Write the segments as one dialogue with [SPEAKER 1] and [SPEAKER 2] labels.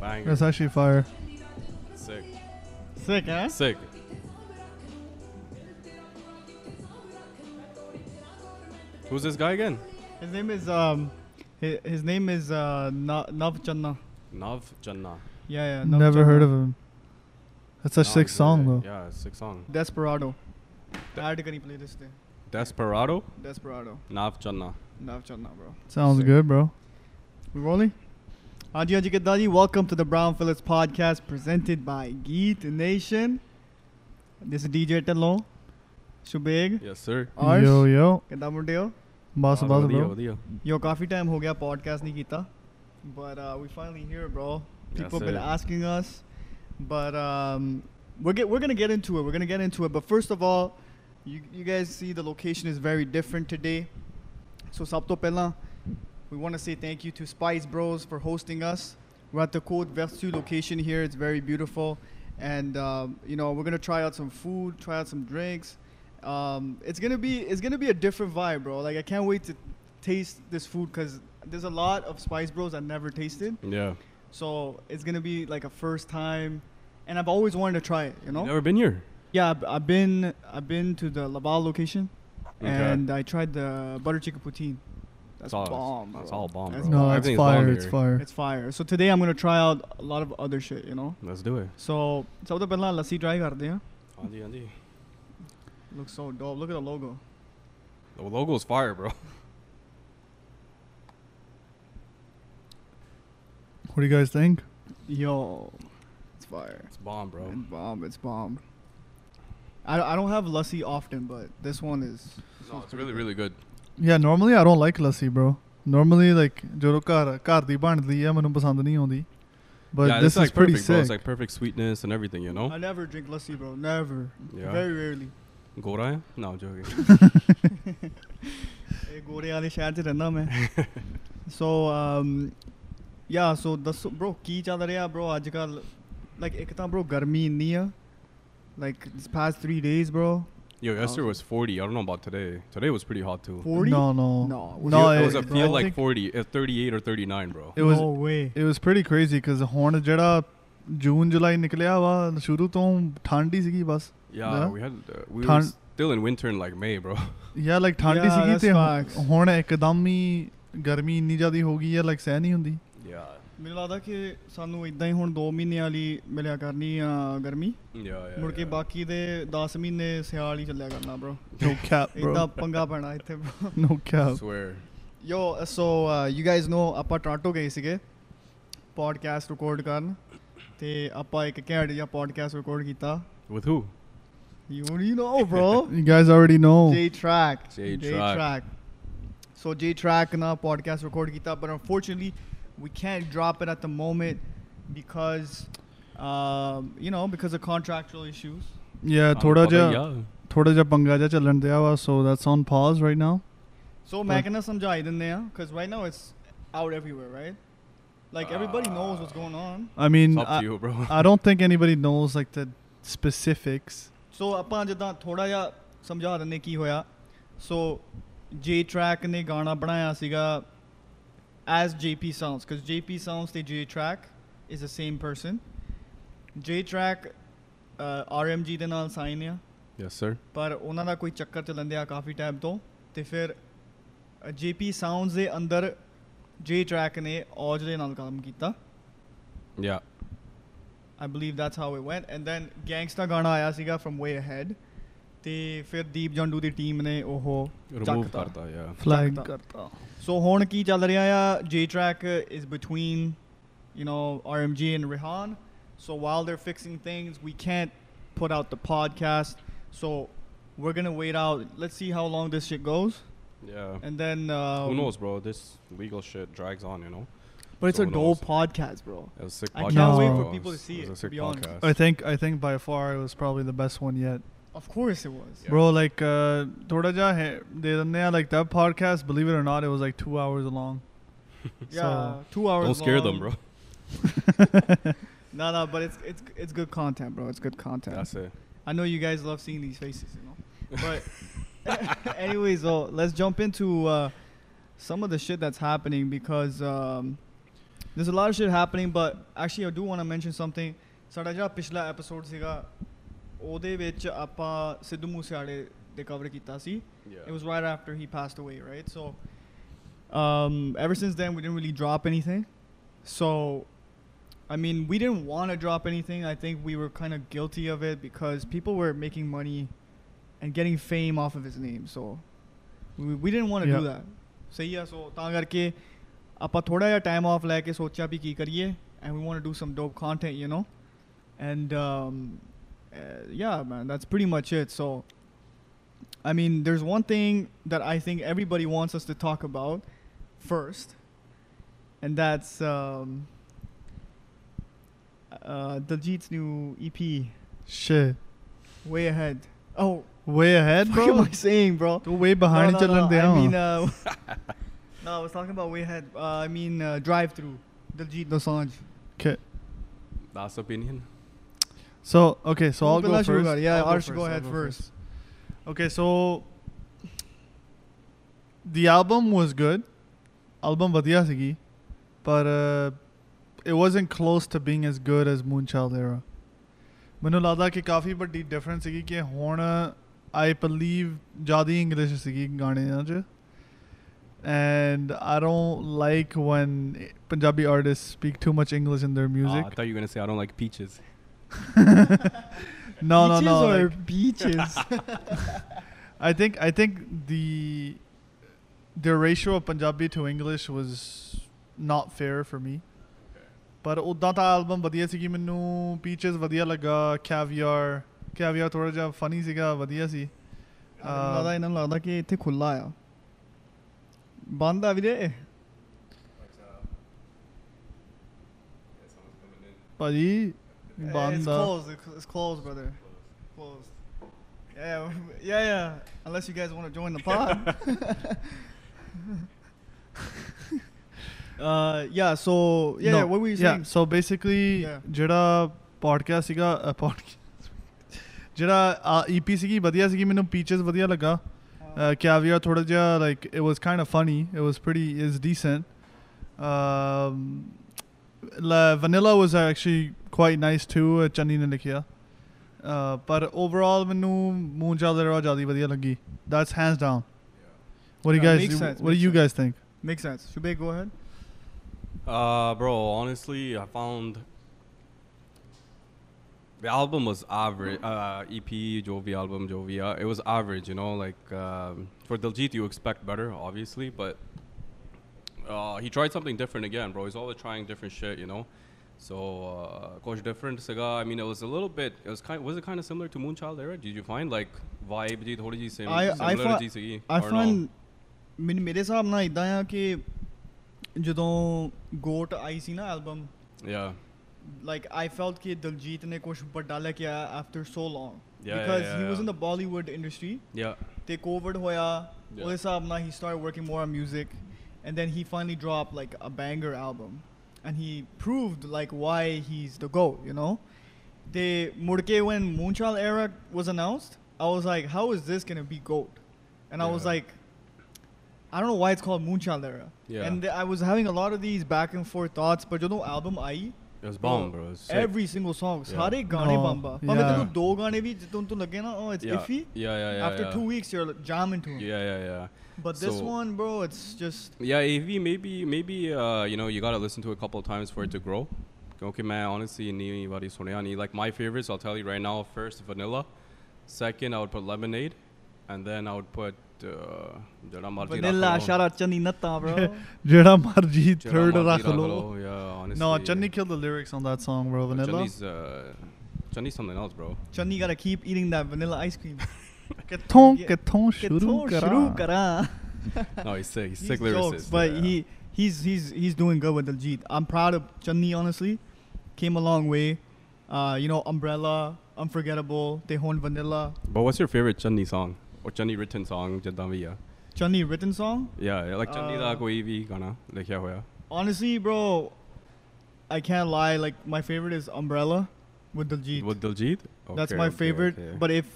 [SPEAKER 1] That's actually fire.
[SPEAKER 2] Sick.
[SPEAKER 3] Sick, huh?
[SPEAKER 2] Sick. Who's this guy again?
[SPEAKER 3] His name is um, his, his name is uh, Na- Nav Channa.
[SPEAKER 2] Nav Jannah.
[SPEAKER 3] Yeah, yeah. Nav
[SPEAKER 1] Never heard
[SPEAKER 3] Channa.
[SPEAKER 1] of him. That's such
[SPEAKER 2] Nav
[SPEAKER 1] sick
[SPEAKER 2] is a-
[SPEAKER 1] song though.
[SPEAKER 2] Yeah, sick song.
[SPEAKER 3] Desperado.
[SPEAKER 2] De-
[SPEAKER 3] add करी playlist पे.
[SPEAKER 2] Desperado,
[SPEAKER 3] Desperado.
[SPEAKER 2] Nav Jannah.
[SPEAKER 3] Nav Channa, bro.
[SPEAKER 1] Sounds
[SPEAKER 3] Sick.
[SPEAKER 1] good, bro.
[SPEAKER 3] We rolling? Haji Haji Gaddaji, welcome to the Brown Phillips podcast presented by Geet Nation. This is DJ Tello, Shubeg,
[SPEAKER 2] Yes, sir.
[SPEAKER 3] Arsh,
[SPEAKER 1] Yo yo,
[SPEAKER 3] ਕਿੱਦਾਂ ਮੁੰਡਿਓ
[SPEAKER 1] boss
[SPEAKER 2] Ah,
[SPEAKER 1] boss
[SPEAKER 2] ਵਧੀਆ,
[SPEAKER 1] bro.
[SPEAKER 2] ਵਧੀਆ.
[SPEAKER 3] Yo, ਕਾਫੀ time ਹੋ ਗਿਆ podcast ਨਹੀਂ ਕੀਤਾ. But uh, we finally here,
[SPEAKER 2] Yes,
[SPEAKER 3] bro. People been
[SPEAKER 2] sir.
[SPEAKER 3] asking us, but um, we're get, we're gonna get into it. We're gonna get into it. But first of all, you you guys see the location is very different today. So ਸਭ ਤੋਂ ਪਹਿਲਾਂ we want to say thank you to Spice Bros for hosting us. We're at the Côte Vertu location here. It's very beautiful. And, um, you know, we're going to try out some food, try out some drinks. Um, it's going to be it's gonna be a different vibe, bro. Like, I can't wait to taste this food because there's a lot of Spice Bros I've never tasted.
[SPEAKER 2] Yeah.
[SPEAKER 3] So it's going to be like a first time. And I've always wanted to try it, you know?
[SPEAKER 2] Never been here.
[SPEAKER 3] Yeah, I've, I've been I've been to the Laval location,
[SPEAKER 2] Okay.
[SPEAKER 3] and I tried the butter chicken poutine. That's
[SPEAKER 2] It's all-
[SPEAKER 3] bomb.
[SPEAKER 2] That's
[SPEAKER 3] bro.
[SPEAKER 2] all bomb.
[SPEAKER 3] That's
[SPEAKER 2] bro.
[SPEAKER 1] No, it's
[SPEAKER 2] Everything's
[SPEAKER 1] fire.
[SPEAKER 2] bomb
[SPEAKER 1] It's
[SPEAKER 2] here.
[SPEAKER 1] fire.
[SPEAKER 3] It's fire. So today I'm gonna try out a lot of other shit, you know.
[SPEAKER 2] Let's do it.
[SPEAKER 3] So ਸਭ ਤੋਂ ਪਹਿਲਾਂ ਲੱਸੀ try ਕਰਦੇ ਹਾਂ.
[SPEAKER 2] ਹਾਂਜੀ, ਹਾਂਜੀ.
[SPEAKER 3] Looks so dope. Look at the logo.
[SPEAKER 2] The logo's fire, bro.
[SPEAKER 1] What do you guys think?
[SPEAKER 3] Yo, it's fire.
[SPEAKER 2] It's bomb, bro.
[SPEAKER 3] It's bomb. It's bomb. I, I don't have lassi often, but this one is. this
[SPEAKER 2] No,
[SPEAKER 3] one's
[SPEAKER 2] it's really,
[SPEAKER 3] pretty good.
[SPEAKER 2] really good.
[SPEAKER 1] Yeah, normally I don't like lassi, bro. Normally like ਜਦੋਂ ਘਰ ਘਰ ਦੀ ਬਣਦੀ ਆ ਮੈਨੂੰ ਪਸੰਦ ਨਹੀਂ ਆਉਂਦੀ. But
[SPEAKER 2] yeah,
[SPEAKER 1] this
[SPEAKER 2] it's like
[SPEAKER 1] is pretty
[SPEAKER 2] perfect, bro.
[SPEAKER 1] sick.
[SPEAKER 2] It's like perfect sweetness and everything, you know?
[SPEAKER 3] I never drink lassi, bro. Never.
[SPEAKER 2] Yeah.
[SPEAKER 3] Very rarely.
[SPEAKER 2] Goraya? No, I'm joking.
[SPEAKER 3] ਇਹ ਗੋਰੇ ਵਾਲੇ ਸ਼ਹਿਰ 'ਚ ਰਹਿੰਦਾ ਮੈਂ ਸੋ ਯਾ ਸੋ ਦੱਸੋ bro ਕੀ ਚੱਲ ਰਿਹਾ bro ਅੱਜ ਕੱਲ ਲਾਈਕ ਇੱਕ ਤਾਂ bro ਗਰਮੀ ਇੰਨੀ ਆ like this past 3 days bro
[SPEAKER 2] Yo, yesterday was 40. I don't know about today. Today was pretty hot, too.
[SPEAKER 3] 40
[SPEAKER 1] No, no.
[SPEAKER 3] No,
[SPEAKER 1] no
[SPEAKER 2] it was a
[SPEAKER 1] it,
[SPEAKER 2] feel
[SPEAKER 1] I
[SPEAKER 2] like
[SPEAKER 1] think
[SPEAKER 2] 40, uh, 38 or 39, bro.
[SPEAKER 1] it was
[SPEAKER 3] no way
[SPEAKER 1] it was pretty crazy cuz ਹੁਣ ਜਿਹੜਾ ਜੂਨ ਜੁਲਾਈ ਨਿਕਲਿਆ ਵਾ ਸ਼ੁਰੂ ਤੋਂ ਠੰਡ ਹੀ ਸੀਗੀ ਬਸ
[SPEAKER 2] Yeah,
[SPEAKER 1] Yeah.
[SPEAKER 2] we had uh, we were
[SPEAKER 1] Tan-
[SPEAKER 2] still in winter in like May, bro.
[SPEAKER 1] Yeah like ਠੰਡ ਹੀ
[SPEAKER 3] Yeah,
[SPEAKER 1] ਸੀਗੀ
[SPEAKER 3] that's
[SPEAKER 1] ਤੇ
[SPEAKER 3] facts.
[SPEAKER 1] ਹੁ- ਹੁਣ ਇੱਕਦਮ ਹੀ ਗਰਮੀ ਇੰਨੀ ਜ਼ਿਆਦੀ ਹੋ ਗਈ ਆ ਲਾਈਕ ਸਹਿ ਨਹੀਂ ਹੁੰਦੀ
[SPEAKER 2] yeah,
[SPEAKER 3] ਮੈਨੂੰ ਲੱਗਦਾ ਕਿ ਸਾਨੂੰ ਇਦਾਂ ਹੀ ਹੁਣ 2 ਮਹੀਨੇ ਵਾਲੀ ਮਿਲਿਆ ਕਰਨੀ ਆ ਗਰਮੀ
[SPEAKER 2] yeah, yeah.
[SPEAKER 3] ਮੁੜ ਕੇ
[SPEAKER 2] yeah.
[SPEAKER 3] ਬਾਕੀ ਦੇ 10 ਮਹੀਨੇ ਸਿਆਲ ਹੀ ਚੱਲਿਆ ਕਰਨਾ bro
[SPEAKER 1] No cap, bro.
[SPEAKER 3] ਇਦਾਂ ਪੰਗਾ ਪੈਣਾ ਇੱਥੇ bro
[SPEAKER 1] No cap.
[SPEAKER 2] Swear.
[SPEAKER 3] Yo, so uh, you guys know ਆਪਾਂ ਟੋਰਾਂਟੋ ਗਏ ਸੀਗੇ ਪੋਡਕਾਸਟ ਰਿਕਾਰਡ ਕਰਨ ਤੇ ਆਪਾਂ ਇੱਕ ਘੈਂਟ ਜਿਹਾ ਪੋਡਕਾਸਟ ਰਿਕਾਰਡ ਕੀਤਾ
[SPEAKER 2] With who?
[SPEAKER 3] You you know bro
[SPEAKER 1] You guys already know.
[SPEAKER 3] J Track.
[SPEAKER 2] J
[SPEAKER 3] Track.
[SPEAKER 2] Track.
[SPEAKER 3] So J Track and our podcast recorded kita, but unfortunately, we can't drop it at the moment because, um, you know, because of contractual issues.
[SPEAKER 1] Yeah,
[SPEAKER 2] Anu
[SPEAKER 1] ਥੋੜਾ
[SPEAKER 2] pata
[SPEAKER 1] ਜਿਹਾ
[SPEAKER 2] hi
[SPEAKER 3] Mm,
[SPEAKER 2] hai.
[SPEAKER 1] ਥੋੜਾ ਜਿਹਾ ਪੰਗਾ ਜਿਹਾ ਚੱਲਣ ਦਿਆ ਵਾ so that's on pause right now.
[SPEAKER 3] So ਮੈਂ ਕਹਿੰਦਾ ਸਮਝਾਈ ਦਿੰਦੇ ਆ because right now it's out everywhere, right? Like everybody knows what's going on.
[SPEAKER 1] I mean
[SPEAKER 2] It's up
[SPEAKER 1] I,
[SPEAKER 2] to you, bro.
[SPEAKER 1] I don't think anybody knows like the specifics.
[SPEAKER 3] ਸੋ ਆਪਾਂ ਜਿੱਦਾਂ ਥੋੜਾ ਜਿਹਾ ਸਮਝਾ ਦਿੰਦੇ ਕੀ ਹੋਇਆ ਸੋ ਜੇ ਟਰੈਕ ਨੇ ਗਾਣਾ ਬਣਾਇਆ ਸੀਗਾ ਐਸ ਜੇਪੀ ਸਾਊਂਡਸ ਕਿਉਂਕਿ ਜੇਪੀ ਸਾਊਂਡਸ ਤੇ J track is the same person J track RMG ਦੇ ਨਾਲ ਸਾਈਨ ਆ
[SPEAKER 2] yes, sir.
[SPEAKER 3] ਪਰ ਉਹਨਾਂ ਦਾ ਕੋਈ ਚੱਕਰ ਚੱਲਣ ਦਿਆ ਕਾਫੀ ਟਾਈਮ ਤੋਂ ਤੇ ਫਿਰ ਜੇਪੀ ਸਾਊਂਡਸ ਦੇ ਅੰਦਰ ਜੇ ਟਰੈਕ ਨੇ ਔਜ ਦੇ ਨਾਲ ਕੰਮ ਕੀਤਾ
[SPEAKER 2] Yeah.
[SPEAKER 3] I believe that's how it went. And then Gangsta Gana ਆਇਆ ਸੀਗਾ from way ahead. ਤੇ ਫਿਰ ਦੀਪ ਜੰਡੂ ਦੀ ਟੀਮ ਨੇ ਉਹ
[SPEAKER 2] Remove
[SPEAKER 3] ਚੱਕਤਾ।
[SPEAKER 2] karta, yeah.
[SPEAKER 1] Flag
[SPEAKER 3] Chakta.
[SPEAKER 1] ਕਰਤਾ.
[SPEAKER 3] ਸੋ ਹੁਣ ਕੀ ਚੱਲ ਰਿਹਾ ਆ J track is between you know RMG and Rihan. So while they're fixing things, we can't put out the podcast. So we're going to wait out. Let's see how long this shit goes.
[SPEAKER 2] Yeah.
[SPEAKER 3] And then uh
[SPEAKER 2] who knows, bro? This legal shit drags on, you know?
[SPEAKER 3] But it's
[SPEAKER 2] So
[SPEAKER 3] a
[SPEAKER 2] who
[SPEAKER 3] dope
[SPEAKER 2] knows?
[SPEAKER 3] podcast, bro.
[SPEAKER 2] It was a sick
[SPEAKER 3] I
[SPEAKER 2] podcast.
[SPEAKER 1] can't wait
[SPEAKER 2] bro.
[SPEAKER 3] for people to
[SPEAKER 2] It was-
[SPEAKER 3] see
[SPEAKER 2] was
[SPEAKER 3] it,
[SPEAKER 2] a
[SPEAKER 3] to
[SPEAKER 2] sick
[SPEAKER 3] be honest.
[SPEAKER 2] podcast.
[SPEAKER 1] I think I think by far it was probably the best one yet.
[SPEAKER 3] Of course it was.
[SPEAKER 2] Yeah.
[SPEAKER 1] Bro like uh ਥੋੜਾ ਜਿਹਾ ਹੈ- ਦੇ ਦਿੰਦੇ ਆ like that podcast believe it or not it was like 2 hours long.
[SPEAKER 3] Yeah,
[SPEAKER 1] So-
[SPEAKER 3] 2 hours
[SPEAKER 2] Don't scare them,
[SPEAKER 3] long.
[SPEAKER 2] bro.
[SPEAKER 3] No, no, but it's it's it's good content, bro. It's good content.
[SPEAKER 2] That's it.
[SPEAKER 3] I know you guys love seeing these faces, you know. But anyways, though, let's jump into uh, some of the shit that's happening because um, there's a lot of shit happening but actually I do want to mention something ਸਾਡਾ ਜਿਹੜਾ ਪਿਛਲਾ episode ਸੀਗਾ ਉਹਦੇ ਵਿੱਚ ਆਪਾਂ ਸਿੱਧੂ ਮੂਸੇਵਾਲੇ ਦੇ cover ਕੀਤਾ ਸੀ
[SPEAKER 2] Yeah.
[SPEAKER 3] it was right after he passed away, right? So, um, ever since then, we didn't really drop anything. So, I mean, we didn't want to drop anything. I think we were kind of guilty of it because people were making money and getting fame off of his name. So, we, we didn't want to do
[SPEAKER 1] Yeah.
[SPEAKER 3] that. ਸਹੀ ਆ ਸੋ ਤਾਂ ਕਰਕੇ ਆਪਾਂ ਥੋੜਾ ਜਿਹਾ time of ਲੈ ਕੇ ਸੋਚਿਆ ਵੀ ਕੀ ਕਰੀਏ and we want to do some dope content you نو and um, eh, yeah man that's pretty much it so I mean, there's one thing that I think everybody wants us to talk about first, and that's um, uh, Daljeet's new EP,
[SPEAKER 1] shit
[SPEAKER 3] Way Ahead. Oh,
[SPEAKER 1] way ahead
[SPEAKER 3] what am
[SPEAKER 1] bro
[SPEAKER 3] I saying, bro?
[SPEAKER 1] ਤੂੰ way behind
[SPEAKER 3] no,
[SPEAKER 1] ਚੱਲਣ
[SPEAKER 3] no, no.
[SPEAKER 1] ਦਿਆ
[SPEAKER 3] I
[SPEAKER 1] ਵਾਂ।
[SPEAKER 3] mean, uh, no, I was talking about Way Ahead. Uh, I mean, uh, Drive Through, Daljeet Dosanjh.
[SPEAKER 1] Okay.
[SPEAKER 2] Last opinion.
[SPEAKER 1] So okay, so
[SPEAKER 3] Who
[SPEAKER 1] I'll go
[SPEAKER 3] Belash you
[SPEAKER 1] first.
[SPEAKER 3] got? Yeah,
[SPEAKER 1] I'll
[SPEAKER 3] Arsh, go ahead
[SPEAKER 1] I'll
[SPEAKER 3] first.
[SPEAKER 1] Okay, so the album was good. Album vadiya sigi, but uh, it wasn't close to being as good as Moonchild era. ਮੈਨੂੰ ਲੱਗਦਾ ਕਿ ਕਾਫੀ ਵੱਡੀ difference ਸੀਗੀ ਕਿ ਹੁਣ I believe ਜਿਆਦਾ English ਸੀਗੀ ਗਾਣਿਆਂ 'ਚ and I don't like when Punjabi artist speak too much English in there
[SPEAKER 2] Ah, I
[SPEAKER 1] music
[SPEAKER 2] thought you were gonna say I don't like peaches.
[SPEAKER 1] No no
[SPEAKER 3] Peaches
[SPEAKER 1] no
[SPEAKER 3] Or beaches.
[SPEAKER 1] I think I think the the ratio of Punjabi to English was not fair for me. ਪਰ ਉਦਾਂ ਤਾਂ album ਵਧੀਆ ਸੀਗੀ ਮੈਨੂੰ peaches ਵਧੀਆ ਲੱਗਾ ਕੈਵੀਅਰ ਕੈਵੀਅਰ ਥੋੜਾ ਜਿਹਾ ਫਨੀ ਸੀਗਾ ਵਧੀਆ ਸੀ
[SPEAKER 3] ਮੈਨੂੰ
[SPEAKER 1] Uh,
[SPEAKER 3] ਲੱਗਦਾ ਇਹਨਾਂ ਨੂੰ ਲੱਗਦਾ ਕਿ ਇੱਥੇ ਖੁੱਲਾ ਆ ਬੰਦ ਆ ਵੀਰੇ
[SPEAKER 1] ਭਾਜੀ
[SPEAKER 3] It's
[SPEAKER 1] ਬੰਦ ਆ
[SPEAKER 3] closed. It's cl- It's closed, brother. Closed. Yeah, yeah, yeah. Unless you guys want to join the pod. uh, yeah. So yeah,
[SPEAKER 1] No,
[SPEAKER 3] what were you
[SPEAKER 1] yeah,
[SPEAKER 3] saying?
[SPEAKER 1] so basically
[SPEAKER 3] Yeah.
[SPEAKER 1] ਜਿਹੜਾ podcast ਸੀਗਾ ਅ, uh, podcast uh, E ਜਿਹੜਾ EP ਸੀਗੀ ਵਧੀਆ ਸੀਗੀ ਮੈਨੂੰ peaches ਵਧੀਆ ਲੱਗਾ
[SPEAKER 3] Uh,
[SPEAKER 1] caviar ਥੋੜਾ ਜਿਹਾ like it was kind of funny it was pretty is decent um la vanilla was actually quite nice too uh, Channi ਨੇ ਲਿਖਿਆ ਅ, ਪਰ Uh, overall ਮੈਨੂੰ ਮੂੰਜਾ ਦੇ ਰੋ ਜਿਆਦਾ ਵਧੀਆ ਲੱਗੀ that's hands down what do you
[SPEAKER 3] Yeah,
[SPEAKER 1] guys
[SPEAKER 3] makes
[SPEAKER 1] what
[SPEAKER 3] sense,
[SPEAKER 1] do
[SPEAKER 3] makes
[SPEAKER 1] you
[SPEAKER 3] sense.
[SPEAKER 1] guys think
[SPEAKER 3] Makes sense. Shubey, go ahead.
[SPEAKER 2] Uh, bro, honestly, I found the album was average. Uh, EP, Jovi album, Jovia. It was average, you know. Like um, for Diljit, you expect better, obviously, but uh, he tried something different again, bro. He's always trying different shit, you know. So, uh, coach different Saga. I mean, it was a little bit. It was kind. Was it kind of similar to Moonchild era? Did you find like vibe? Did what did you say?
[SPEAKER 3] I I
[SPEAKER 2] similar
[SPEAKER 3] find
[SPEAKER 2] to GCE,
[SPEAKER 3] I
[SPEAKER 2] E, or no?
[SPEAKER 3] find ਮੈਨੂੰ ਮੇਰੇ ਹਿਸਾਬ ਨਾਲ ਇਦਾਂ ਆ ਕਿ ਜਦੋਂ goat I see ਨਾ album
[SPEAKER 2] Yeah.
[SPEAKER 3] like I felt कि Daljit ne kuch badda le kiya after so long
[SPEAKER 2] Yeah,
[SPEAKER 3] because
[SPEAKER 2] yeah, yeah,
[SPEAKER 3] he was
[SPEAKER 2] yeah.
[SPEAKER 3] in the Bollywood industry
[SPEAKER 2] Yeah.
[SPEAKER 3] they covered hoya
[SPEAKER 2] Yeah.
[SPEAKER 3] ਉਹਦੇ ਹਿਸਾਬ ਨਾਲ he started working more on music and then he finally dropped like a banger album and he proved like why he's the goat you know they ਮੁੜ ਕੇ when Moonchild era was announced I was like how is this gonna be goat and I was
[SPEAKER 2] Yeah.
[SPEAKER 3] like I don't know why it's called Moonchild era
[SPEAKER 2] Yeah.
[SPEAKER 3] and I was having a lot of these back and forth thoughts but ਜਦੋਂ album I
[SPEAKER 2] It was bomb, bro. It was sick.
[SPEAKER 3] every single song
[SPEAKER 2] Yeah.
[SPEAKER 3] ਸਾਰੇ ਗਾਣੇ
[SPEAKER 1] Oh,
[SPEAKER 3] Bamba ਭਾਵੇਂ
[SPEAKER 1] yeah.
[SPEAKER 3] ਤੈਨੂੰ ਦੋ ਗਾਣੇ ਵੀ ਜਦੋਂ ਤੈਨੂੰ ਲੱਗੇ ਨਾ oh it's
[SPEAKER 2] yeah.
[SPEAKER 3] iffy
[SPEAKER 2] Yeah, yeah, yeah.
[SPEAKER 3] after
[SPEAKER 2] yeah.
[SPEAKER 3] two weeks you're jamming to him
[SPEAKER 2] Yeah, yeah, yeah.
[SPEAKER 3] but this
[SPEAKER 2] So-
[SPEAKER 3] one bro it's just
[SPEAKER 2] Yeah, AV maybe maybe uh, you know you gotta listen to it a couple of times for it to grow. Okay, man. Honestly, ni wadi suniani. Like my favorites, I'll tell you right now. First, vanilla. Second, I would put lemonade, and then I would put uh, Jara Marji
[SPEAKER 3] vanilla
[SPEAKER 2] Rakh Lo.
[SPEAKER 3] ਸ਼ਾਰਾ Channi ਨੱਤਾ bro
[SPEAKER 1] ਜਿਹੜਾ ਮਰਜੀ
[SPEAKER 2] Jara
[SPEAKER 1] third
[SPEAKER 2] Marji
[SPEAKER 1] ਰੱਖ
[SPEAKER 2] Rakh
[SPEAKER 1] ਲੋ
[SPEAKER 2] Lo, Yeah, honestly.
[SPEAKER 1] no Channi killed the lyrics on that song bro vanilla
[SPEAKER 2] Chandi's, uh, Chandi's something else, bro.
[SPEAKER 3] Channi gotta keep eating that vanilla ice cream
[SPEAKER 1] ਕਿੱਥੋਂ
[SPEAKER 3] Yeah.
[SPEAKER 1] ਕਿੱਥੋਂ ਸ਼ੁਰੂ
[SPEAKER 3] ਕਿੱਥੋਂ
[SPEAKER 1] ਕਰਾਂ
[SPEAKER 3] ਸ਼ੁਰੂ ਕਰਾਂ
[SPEAKER 2] No, he's sick. He's
[SPEAKER 3] He's
[SPEAKER 2] sick
[SPEAKER 3] jokes,
[SPEAKER 2] lyricist.
[SPEAKER 3] but
[SPEAKER 2] yeah.
[SPEAKER 3] he he's he's he's doing good with Daljit. I'm proud of Chandi. Honestly, came a long way. Uh, you know, Umbrella, Unforgettable, Tehon Vanilla,
[SPEAKER 2] But what's your favorite Chandi song or Chandi written song? Jadavia.
[SPEAKER 3] Chandi written song.
[SPEAKER 2] Yeah, yeah, like Chandi da
[SPEAKER 3] Uh,
[SPEAKER 2] koi vi gana likha hoya.
[SPEAKER 3] Honestly, bro, I can't lie. Like my favorite is Umbrella with Daljit.
[SPEAKER 2] With Diljit?
[SPEAKER 3] That's
[SPEAKER 2] Okay,
[SPEAKER 3] my
[SPEAKER 2] okay,
[SPEAKER 3] favorite.
[SPEAKER 2] okay.
[SPEAKER 3] But if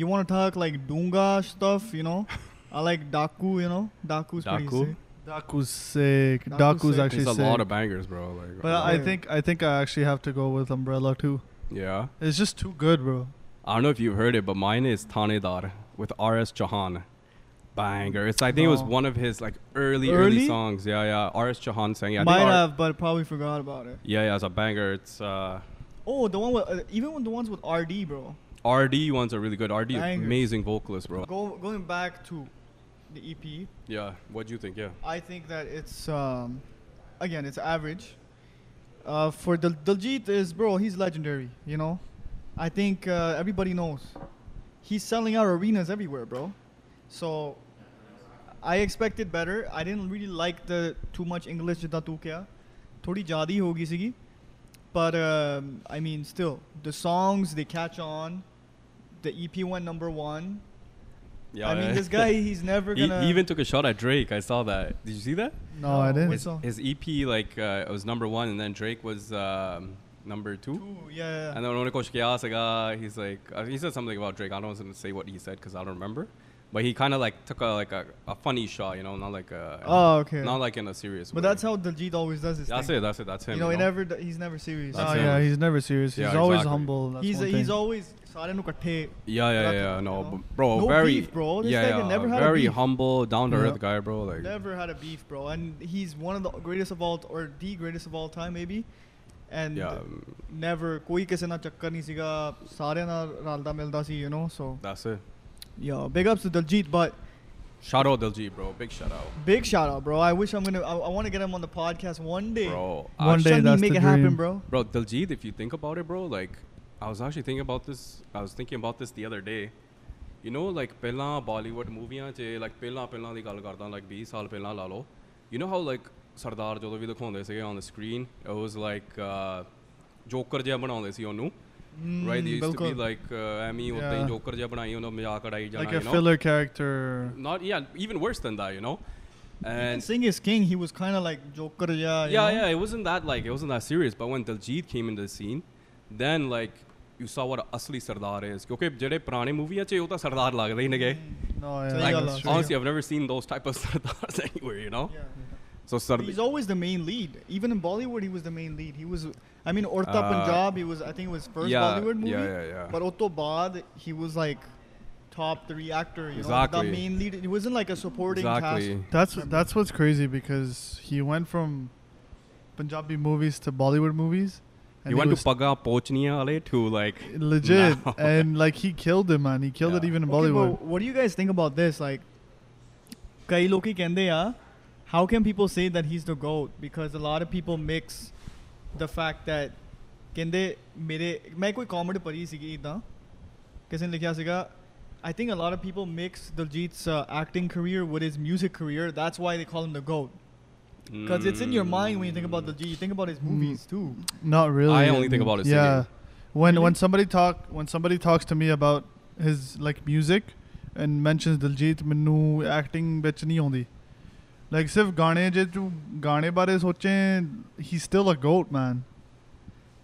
[SPEAKER 3] you want to talk like Dunga stuff, you know, I like Daku. You know, Daku's pretty
[SPEAKER 2] Daku?
[SPEAKER 3] sick.
[SPEAKER 1] Daku's sick.
[SPEAKER 3] Daku's
[SPEAKER 1] Daku's
[SPEAKER 3] sick.
[SPEAKER 1] actually
[SPEAKER 2] There's a
[SPEAKER 1] sick.
[SPEAKER 2] lot of bangers, bro. Like,
[SPEAKER 1] but
[SPEAKER 2] uh,
[SPEAKER 1] I
[SPEAKER 3] Yeah.
[SPEAKER 1] think I think I actually have to go with Umbrella too.
[SPEAKER 2] yeah.
[SPEAKER 1] It's just too good, bro.
[SPEAKER 2] I don't know if you've heard it, but mine is Tanedar with R.S. Chahan. Banger. It's I think it was
[SPEAKER 1] No.
[SPEAKER 2] one of his like early, early,
[SPEAKER 3] Early?
[SPEAKER 2] songs. Yeah, yeah. R.S. Chahan sang. Yeah, I think
[SPEAKER 3] Might
[SPEAKER 2] R-
[SPEAKER 3] have, but probably forgot about it.
[SPEAKER 2] yeah, yeah. It's a banger. It's uh,
[SPEAKER 3] Oh, the one with uh, even with the ones with RD, bro.
[SPEAKER 2] R.D. ones are really good. R.D. is
[SPEAKER 3] Bangers.
[SPEAKER 2] amazing vocalist, bro.
[SPEAKER 3] Go, going back to the E EP,
[SPEAKER 2] Yeah. What do you think? Yeah.
[SPEAKER 3] I think that it's um, again it's average. Uh, for Dil- Diljit is bro, he's legendary. You know, I think uh, everybody knows. He's selling out arenas everywhere, bro. So I expected better. I didn't really like the too much English jitna tu kya. Thodi jada hi hogi sigi. But um, I mean, still the songs they catch on. The EP went number one.
[SPEAKER 2] Yeah.
[SPEAKER 3] I mean,
[SPEAKER 2] yeah.
[SPEAKER 3] this guy, he's never
[SPEAKER 2] He,
[SPEAKER 3] gonna.
[SPEAKER 2] he even took a shot at Drake. I saw that. Did you see that?
[SPEAKER 1] No, I didn't.
[SPEAKER 3] Which
[SPEAKER 2] His,
[SPEAKER 3] song?
[SPEAKER 2] his EP like uh, it was number one, and then Drake was um, number two.
[SPEAKER 3] Ooh, yeah.
[SPEAKER 2] And then when Coach Kiyasaga, he's like, uh, he said something about Drake. I don't want to say what he said because I don't remember. But he kind of like took a like a, a funny shot, you know, not like a
[SPEAKER 3] Oh, okay.
[SPEAKER 2] not like in a serious.
[SPEAKER 3] but
[SPEAKER 2] way.
[SPEAKER 3] that's how Daljit always does his
[SPEAKER 2] that's
[SPEAKER 3] thing.
[SPEAKER 2] it. That's it. That's him.
[SPEAKER 3] you know,
[SPEAKER 2] you
[SPEAKER 3] he
[SPEAKER 2] know?
[SPEAKER 3] never d- he's never serious.
[SPEAKER 1] Oh
[SPEAKER 2] That's
[SPEAKER 1] yeah,
[SPEAKER 2] him.
[SPEAKER 1] he's never serious.
[SPEAKER 2] Yeah,
[SPEAKER 1] he's always
[SPEAKER 2] exactly.
[SPEAKER 1] humble. That's
[SPEAKER 3] he's
[SPEAKER 1] one
[SPEAKER 3] he's
[SPEAKER 1] thing.
[SPEAKER 3] always सारे नु इकट्ठे
[SPEAKER 2] Yeah, yeah, yeah, yeah.
[SPEAKER 3] you
[SPEAKER 2] No,
[SPEAKER 3] know?
[SPEAKER 2] b- bro,
[SPEAKER 3] No
[SPEAKER 2] very
[SPEAKER 3] beef, bro. This
[SPEAKER 2] yeah,
[SPEAKER 3] guy
[SPEAKER 2] yeah,
[SPEAKER 3] never had a
[SPEAKER 2] very
[SPEAKER 3] beef.
[SPEAKER 2] humble, down to earth
[SPEAKER 1] Yeah.
[SPEAKER 2] guy, bro. Like,
[SPEAKER 3] never had a beef, bro. And he's one of the greatest of all or the greatest of all time maybe. And
[SPEAKER 2] yeah, um,
[SPEAKER 3] never कोई किसी ना चक्कर नहीं सीगा सारे ना रलदा मिलदा सी you know so
[SPEAKER 2] that's it.
[SPEAKER 3] yeah big ups to Daljit but
[SPEAKER 2] Shout out Diljit, bro. Big shout out,
[SPEAKER 3] big shout out bro I wish I'm gonna I, I want to get him on the podcast one day
[SPEAKER 2] bro.
[SPEAKER 1] One day
[SPEAKER 3] Shani,
[SPEAKER 1] that's
[SPEAKER 3] make
[SPEAKER 1] the
[SPEAKER 3] it happen
[SPEAKER 1] dream.
[SPEAKER 3] bro
[SPEAKER 2] Bro, Diljit, if you think about it, bro, like I was actually thinking about this. I was thinking about this the other day. You know, like ਪਹਿਲਾਂ Bollywood ਮੂਵੀਆਂ 'ਚ like ਪਹਿਲਾਂ ਪਹਿਲਾਂ ਦੀ ਗੱਲ ਕਰਦਾ like 20 ਸਾਲ ਪਹਿਲਾਂ ਲਾ ਲਓ. You know how like ਸਰਦਾਰ ਜਦੋਂ ਵੀ ਦਿਖਾਉਂਦੇ ਸੀਗੇ on the screen, it was like uh, joker ਜਿਹਾ ਬਣਾਉਂਦੇ ਸੀ ਉਹਨੂੰ. Right, they used to be
[SPEAKER 3] ਬਿਲਕੁਲ।
[SPEAKER 2] like uh, ਐਵੇਂ ਉਦਾਂ ਹੀ
[SPEAKER 1] Hmm, Yeah.
[SPEAKER 2] ਜੋਕਰ ਜਿਹਾ ਬਣਾਈ ਉਹਨਾਂ ਮਜ਼ਾਕ ਉਡਾਈ ਜਾਣਾ,
[SPEAKER 1] like a
[SPEAKER 2] you know.
[SPEAKER 1] filler character.
[SPEAKER 2] Not yeah, even worse than that, you know.
[SPEAKER 3] and
[SPEAKER 2] And
[SPEAKER 3] Singh is king he was kind of like Joker yeah you
[SPEAKER 2] yeah,
[SPEAKER 3] know?
[SPEAKER 2] yeah, it wasn't that like it wasn't that serious. But when Daljit came into the scene, then like you saw what asli sardar is. Because ਜਿਹੜੇ ਪੁਰਾਣੇ ਮੂਵੀਆਂ 'ਚ ਉਹ ਤਾਂ ਸਰਦਾਰ ਲੱਗਦੇ ਹੀ ਨੇਗੇ.
[SPEAKER 1] No, yeah,
[SPEAKER 3] So
[SPEAKER 2] Like
[SPEAKER 3] yeah,
[SPEAKER 1] that's
[SPEAKER 3] yeah.
[SPEAKER 1] true.
[SPEAKER 2] honestly, I've never seen those type of sardars anywhere. You know.
[SPEAKER 3] yeah.
[SPEAKER 2] So sardar.
[SPEAKER 3] He's always the main lead. Even in Bollywood, he was the main lead. He was, I mean, Orta
[SPEAKER 2] Uh,
[SPEAKER 3] Punjab. He was, I think, it was first
[SPEAKER 2] yeah,
[SPEAKER 3] Bollywood movie.
[SPEAKER 2] yeah, yeah, yeah.
[SPEAKER 3] But Otto Bad, he was like top three actor. You know,
[SPEAKER 2] Exactly.
[SPEAKER 3] the main lead. He wasn't like a supporting
[SPEAKER 2] Exactly.
[SPEAKER 3] cast.
[SPEAKER 1] That's that's what's crazy because he went from Punjabi movies to Bollywood movies.
[SPEAKER 2] He went to
[SPEAKER 1] was
[SPEAKER 2] Paga Pochniya Ale to like.
[SPEAKER 1] legit
[SPEAKER 2] No.
[SPEAKER 3] Eh,
[SPEAKER 1] and like he killed it, man. He killed it
[SPEAKER 2] Yeah.
[SPEAKER 1] even in
[SPEAKER 3] Okay,
[SPEAKER 1] Bollywood.
[SPEAKER 3] but what do you guys think about this? Like, kai loki kende ya, how can people say that he's the goat? Because a lot of people mix the fact that kende mere मैं कोई comment पढ़ी सीगी इतना किसने लिखा सीगा I think a lot of people mix Daljit's uh, acting career with his music career. That's why they call him the goat. Because it's in your mind when you think about
[SPEAKER 2] Mm.
[SPEAKER 3] Daljit. You think about his
[SPEAKER 1] Hmm.
[SPEAKER 3] movies too.
[SPEAKER 1] Not really.
[SPEAKER 2] I only think about his
[SPEAKER 1] Yeah,
[SPEAKER 2] singing.
[SPEAKER 1] when
[SPEAKER 3] Really?
[SPEAKER 1] when somebody talk when somebody talks to me about his like music and mentions Diljit, ਮੈਨੂੰ acting ਵਿੱਚ ਨਹੀਂ ਆਉਂਦੀ. Like ਸਿਰਫ ਗਾਣੇ ਜੇ ਤੂੰ ਗਾਣੇ ਬਾਰੇ ਸੋਚੇ he's still a goat man.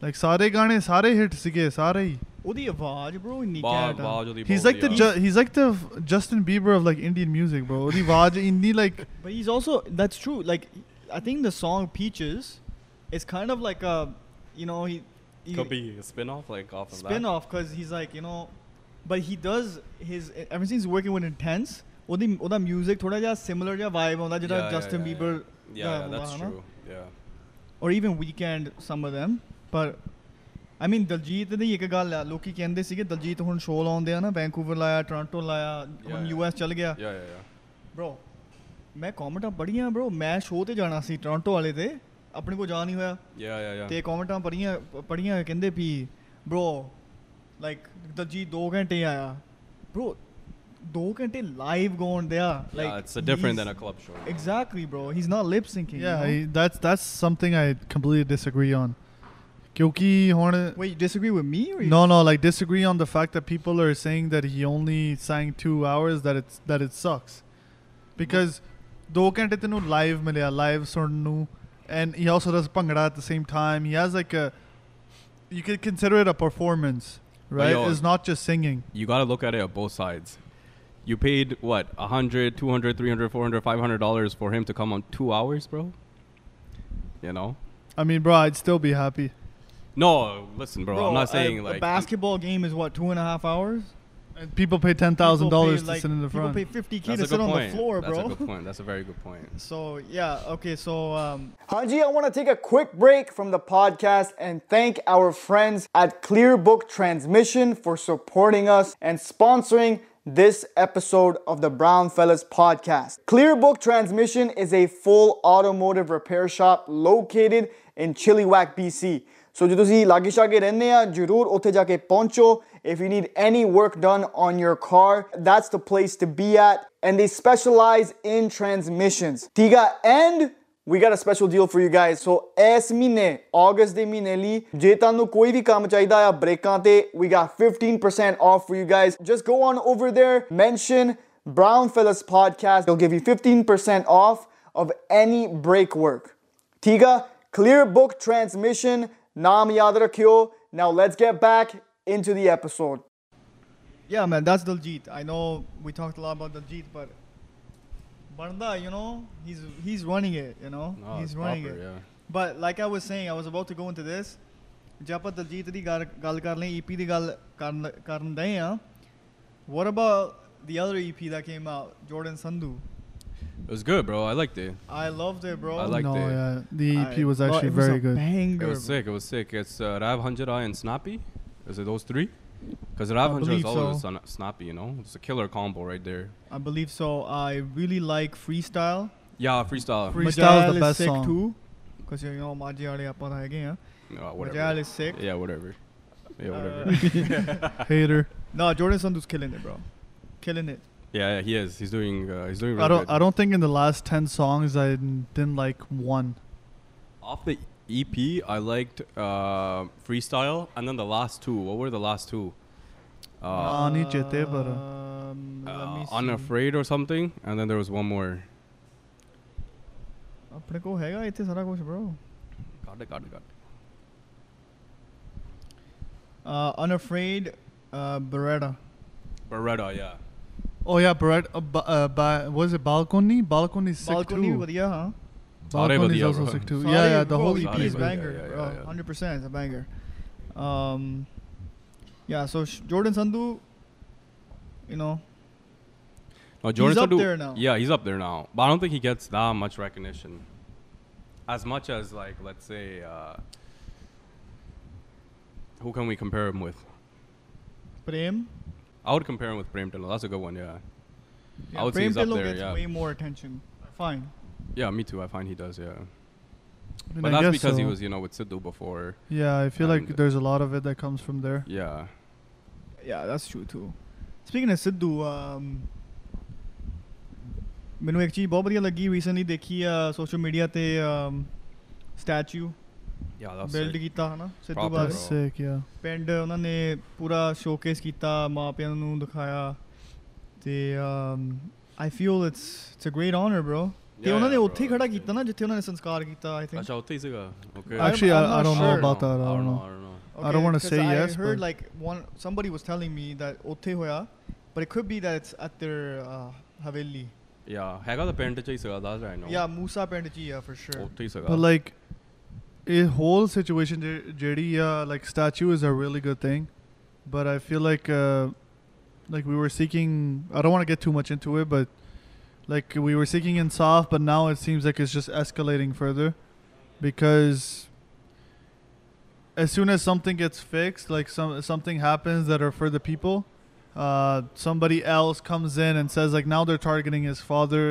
[SPEAKER 1] Like ਸਾਰੇ ਗਾਣੇ ਸਾਰੇ ਹਿੱਟ ਸੀਗੇ ਸਾਰੇ ਹੀ.
[SPEAKER 3] ਉਹਦੀ ਆਵਾਜ਼ bro ਇੰਨੀ
[SPEAKER 2] Ba-
[SPEAKER 3] ਘੈਂਟ ਆ।
[SPEAKER 2] Ba- Jodi
[SPEAKER 1] He's
[SPEAKER 2] Bol,
[SPEAKER 1] like the
[SPEAKER 2] yeah.
[SPEAKER 1] ju- he's like the f- Justin Bieber of like Indian music, bro. ਉਹਦੀ ਆਵਾਜ਼ ਇੰਨੀ like
[SPEAKER 3] But he's also that's true. Like I think the song Peaches is kind of like a you know he, he
[SPEAKER 2] Could be a spin off like off of that.
[SPEAKER 3] spin off because he's like you know, but he does his ever since he's working with Intense. ਉਹਦੀ ਉਹਦਾ 뮤직 ਥੋੜਾ ਜਿਹਾ similar ਜਿਹਾ vibe ਆਉਂਦਾ
[SPEAKER 2] Yeah,
[SPEAKER 3] ਜਿਹੜਾ
[SPEAKER 2] yeah,
[SPEAKER 3] Justin
[SPEAKER 2] yeah, yeah.
[SPEAKER 3] Bieber
[SPEAKER 2] Yeah,
[SPEAKER 3] uh,
[SPEAKER 2] yeah, that's true. Yeah.
[SPEAKER 3] Or even Weeknd some of them ਪਰ I ਮੀਨ ਦਲਜੀਤ ਦੀ ਇੱਕ ਗੱਲ ਆ ਲੋਕੀ ਕਹਿੰਦੇ ਸੀਗੇ ਦਲਜੀਤ ਹੁਣ ਸ਼ੋਅ ਲਾਉਂਦੇ ਆ ਨਾ ਵੈਂਕੂਵਰ ਲਾਇਆ ਟੋਰਾਂਟੋ ਲਾਇਆ ਹੁਣ
[SPEAKER 2] Yeah, yeah.
[SPEAKER 3] ਯੂਐਸ ਚਲ ਗਿਆ
[SPEAKER 2] Yeah, yeah, yeah.
[SPEAKER 3] bro ਮੈਂ ਕਮੈਂਟਾਂ ਪੜੀਆਂ bro ਮੈਂ ਸ਼ੋਅ ਤੇ ਜਾਣਾ ਸੀ ਟੋਰਾਂਟੋ ਵਾਲੇ ਤੇ ਆਪਣੇ ਕੋ ਜਾ ਨਹੀਂ ਹੋਇਆ
[SPEAKER 2] Yeah, yeah, yeah.
[SPEAKER 3] ਤੇ ਕਮੈਂਟਾਂ ਪੜੀਆਂ ਪੜੀਆਂ ਕਹਿੰਦੇ ਵੀ bro ਲਾਈਕ ਦਲਜੀਤ 2 ਘੰਟੇ ਆਇਆ bro 2 ਘੰਟੇ ਲਾਈਵ ਗਾਉਣ ਦਿਆ
[SPEAKER 2] yeah, it's a different than a club show.
[SPEAKER 3] exactly bro he's not lip syncing you
[SPEAKER 1] yeah, I,
[SPEAKER 3] know?
[SPEAKER 1] that's that's something I completely disagree on. ਕਿਉਂਕਿ ਹੁਣ
[SPEAKER 3] wait you disagree with me or you
[SPEAKER 1] No, no, like disagree on the fact that people are saying that he only sang two hours that it's that it sucks, because do ਘੰਟੇ ਤੈਨੂੰ live ਮਿਲਿਆ live ਸੁਣਨ ਨੂੰ, and he also does bhangra at the same time. He has like a, you could consider it a performance, right?
[SPEAKER 2] yo-
[SPEAKER 1] It's not just singing.
[SPEAKER 2] You gotta look at it at both sides. You paid what 100, 200, 300, 400, 500 dollars for him to come on 2 hours, bro? You know?
[SPEAKER 1] I mean, bro, I'd still be happy.
[SPEAKER 2] No, listen, bro. I'm not saying
[SPEAKER 4] a,
[SPEAKER 2] like
[SPEAKER 4] a basketball game is what two and a half hours.
[SPEAKER 1] And people pay ten thousand
[SPEAKER 4] People
[SPEAKER 1] dollars
[SPEAKER 4] pay,
[SPEAKER 1] to
[SPEAKER 4] like-
[SPEAKER 1] sit in the front.
[SPEAKER 4] People pay fifty k
[SPEAKER 2] That's
[SPEAKER 4] to
[SPEAKER 2] a good
[SPEAKER 4] sit on
[SPEAKER 2] point.
[SPEAKER 4] the floor,
[SPEAKER 2] That's
[SPEAKER 4] bro.
[SPEAKER 2] a good point. That's a very good point.
[SPEAKER 4] So yeah, okay, so um,
[SPEAKER 3] Hanji, I want to take a quick break from the podcast and thank our friends at Clearbook Transmission for supporting us and sponsoring this episode of the Brown Fellas podcast. Clearbook Transmission is a full automotive repair shop located in Chilliwack, BC. So ਜੇ ਤੁਸੀਂ ਲਾਗੇ ਸ਼ਾਗੇ ਰਹਿੰਦੇ ਆ ਜਰੂਰ ਉੱਥੇ ਜਾ ਕੇ ਪਹੁੰਚੋ if you need any work done on your car that's the place to be at and they specialize in transmissions ਠੀਕ ਆ and We got a special deal for you guys. So ਇਸ ਮਹੀਨੇ ਅਗਸਤ ਦੇ ਮਹੀਨੇ ਲਈ ਜੇ ਤੁਹਾਨੂੰ ਕੋਈ ਵੀ ਕੰਮ ਚਾਹੀਦਾ ਆ ਬ੍ਰੇਕਾਂ ਤੇ we got 15% off for you guys. Just go on over there, mention Brown Fellas podcast. They'll give you 15% off of any brake work. Tiga, clear book transmission. Naam yaad rakhiyo. Now let's get back into the episode.
[SPEAKER 4] yeah, man, that's Daljeet. I know we talked a lot about Daljeet, but Barda, you know, he's he's running it. You know,
[SPEAKER 2] No,
[SPEAKER 4] he's
[SPEAKER 2] Oh, it's
[SPEAKER 4] running
[SPEAKER 2] proper,
[SPEAKER 4] it.
[SPEAKER 2] yeah.
[SPEAKER 4] But like I was saying, I was about to go into this. ਜੇ ਆਪਾਂ ਦਲਜੀਤ ਦੀ ਗੱਲ ਗੱਲ ਕਰ ਲਈ EP ਦੀ ਗੱਲ ਕਰਨ ਕਰਨ ਦੇ ਆ what about the other E EP that came out Jordan Sandhu
[SPEAKER 2] It was good, bro. I liked it.
[SPEAKER 4] I loved it bro
[SPEAKER 2] I like
[SPEAKER 1] no,
[SPEAKER 2] the-
[SPEAKER 1] yeah, the EP
[SPEAKER 4] I-
[SPEAKER 1] E was
[SPEAKER 4] bro,
[SPEAKER 1] actually
[SPEAKER 4] it
[SPEAKER 1] very
[SPEAKER 4] a
[SPEAKER 1] good.
[SPEAKER 4] banger,
[SPEAKER 2] It was
[SPEAKER 4] bro.
[SPEAKER 2] sick. It was sick. It's uh, Rav Hanjara and Snappy. Is it those three? Because Rav
[SPEAKER 4] I
[SPEAKER 2] Hanjara
[SPEAKER 4] believe
[SPEAKER 2] is always
[SPEAKER 4] so.
[SPEAKER 2] sna- snappy, you know. It's a killer combo right there.
[SPEAKER 4] I believe so. I really like freestyle.
[SPEAKER 2] Yeah, freestyle.
[SPEAKER 1] Free- Freestyle
[SPEAKER 4] Majal
[SPEAKER 1] is the best
[SPEAKER 4] sick
[SPEAKER 1] song.
[SPEAKER 4] too, because you know Maji already up on again. Huh?
[SPEAKER 2] No, Oh, whatever.
[SPEAKER 4] Majal is sick.
[SPEAKER 2] Yeah, whatever. Yeah, whatever.
[SPEAKER 4] Uh,
[SPEAKER 1] Hater.
[SPEAKER 4] no, Jordan Sandu's killing it, bro. Killing it.
[SPEAKER 2] yeah, yeah, he is. He's doing. Uh, he's doing. Really
[SPEAKER 1] I don't.
[SPEAKER 2] Good.
[SPEAKER 1] I don't think in the last ten songs I n- didn't like one.
[SPEAKER 2] Off the EP, I liked uh, freestyle, and then the last two. What were the last two? Uh,
[SPEAKER 1] Ani Chete Bara.
[SPEAKER 4] Um, let
[SPEAKER 2] uh,
[SPEAKER 4] me see.
[SPEAKER 2] unafraid or something, and then there was one more.
[SPEAKER 4] अपने को हैगा इतने सारा कुछ bro.
[SPEAKER 2] Got it, got it, got it.
[SPEAKER 4] Uh, unafraid, uh, Beretta.
[SPEAKER 2] Beretta, yeah.
[SPEAKER 1] Oh yeah, Barret, uh, ba- uh, ba- was it Balcony? Balcony's sick
[SPEAKER 4] Balcony
[SPEAKER 1] too.
[SPEAKER 4] बढ़िया हाँ.
[SPEAKER 2] Sorry,
[SPEAKER 1] Balcony is
[SPEAKER 2] Badia,
[SPEAKER 1] also
[SPEAKER 2] bro.
[SPEAKER 1] sick too.
[SPEAKER 4] Sorry,
[SPEAKER 1] yeah, yeah, the
[SPEAKER 4] bro,
[SPEAKER 1] whole
[SPEAKER 4] EP
[SPEAKER 1] EP
[SPEAKER 2] Sorry,
[SPEAKER 1] is
[SPEAKER 4] is
[SPEAKER 2] bro.
[SPEAKER 1] bad.
[SPEAKER 4] banger,
[SPEAKER 2] Yeah, yeah,
[SPEAKER 4] bro.
[SPEAKER 2] yeah, yeah.
[SPEAKER 4] Hundred percent, it's a banger. Um, yeah. So Sh- Jordan Sandu, you know,
[SPEAKER 2] No, Jordan
[SPEAKER 4] up
[SPEAKER 2] Sadu-
[SPEAKER 4] there now.
[SPEAKER 2] Yeah, he's up there now. But I don't think he gets that much recognition. As much as, like, let's say, uh, who can we compare him with?
[SPEAKER 4] Prem.
[SPEAKER 2] I would compare him with Prem Tillo. That's a good one, yeah.
[SPEAKER 4] Yeah,
[SPEAKER 2] I would say
[SPEAKER 4] Prem
[SPEAKER 2] he's up
[SPEAKER 4] Tillo
[SPEAKER 2] there,
[SPEAKER 4] gets
[SPEAKER 2] yeah.
[SPEAKER 4] way more attention. Fine.
[SPEAKER 2] Yeah, me too. I find he does, yeah.
[SPEAKER 1] I mean,
[SPEAKER 2] But that's
[SPEAKER 1] I guess
[SPEAKER 2] because he
[SPEAKER 1] so.
[SPEAKER 2] was, you know, with Sidhu before.
[SPEAKER 1] Yeah, I feel like
[SPEAKER 2] and-
[SPEAKER 1] there's a lot of it that comes from there.
[SPEAKER 2] Yeah.
[SPEAKER 4] Yeah, that's true too. Speaking of Sidhu, um, ਮੈਨੂੰ ਇੱਕ ਚੀਜ਼ ਬਹੁਤ ਵਧੀਆ ਲੱਗੀ recently ਦੇਖੀ ਆ social media ਤੇ statue
[SPEAKER 2] Yeah, that's
[SPEAKER 4] build
[SPEAKER 2] sick.
[SPEAKER 4] ਕੀਤਾ ਹਨਾ ਸਿੱਧੂ
[SPEAKER 2] Proper,
[SPEAKER 4] ਬਾਰੇ
[SPEAKER 1] That's sick. Yeah.
[SPEAKER 4] ਪਿੰਡ ਉਹਨਾਂ ਨੇ ਪੂਰਾ ਸ਼ੋਕੇਸ ਕੀਤਾ ਮਾਪਿਆਂ ਨੂੰ ਦਿਖਾਇਆ ਤੇ I feel it's it's a great honour bro ਤੇ
[SPEAKER 2] Yeah,
[SPEAKER 4] ਉਹਨਾਂ ਨੇ
[SPEAKER 2] yeah,
[SPEAKER 4] ਉੱਥੇ
[SPEAKER 2] bro,
[SPEAKER 4] ਖੜਾ
[SPEAKER 2] that's
[SPEAKER 4] ਕੀਤਾ ਨਾ ਜਿੱਥੇ ਉਹਨਾਂ ਨੇ ਸੰਸਕਾਰ ਕੀਤਾ ਆਈ ਥਿੰਕ
[SPEAKER 2] Achha, ਉੱਥੇ ਹੀ ਸੀਗਾ। Okay.
[SPEAKER 4] I'm-
[SPEAKER 1] Actually,
[SPEAKER 4] I'm
[SPEAKER 1] I, I
[SPEAKER 4] not
[SPEAKER 1] don't know
[SPEAKER 4] sure.
[SPEAKER 1] about that. I don't
[SPEAKER 2] I
[SPEAKER 1] know.
[SPEAKER 2] don't know.
[SPEAKER 1] I don't wanna say
[SPEAKER 4] I
[SPEAKER 1] yes,
[SPEAKER 4] heard
[SPEAKER 1] but-
[SPEAKER 4] like one somebody was telling me that ਉੱਥੇ ਹੋਇਆ but it could be that it's at their uh, haveli.
[SPEAKER 2] Yeah, ਹੈਗਾ ਤਾਂ ਪਿੰਡ ਚ ਹੀ ਸੀਗਾ, that's right, I know.
[SPEAKER 4] Yeah, Musa ਪਿੰਡ ਚ ਹੀ ਆ for sure.
[SPEAKER 2] ਉੱਥੇ ਹੀ ਸੀਗਾ।
[SPEAKER 1] But like, a whole situation, J- JD, uh, like statue is a really good thing, but I feel like, uh, like we were seeking. I don't want to get too much into it, but like we were seeking insaf, but now it seems like it's just escalating further, because as soon as something gets fixed, like some something happens that are for the people, uh, somebody else comes in and says like now they're targeting his father,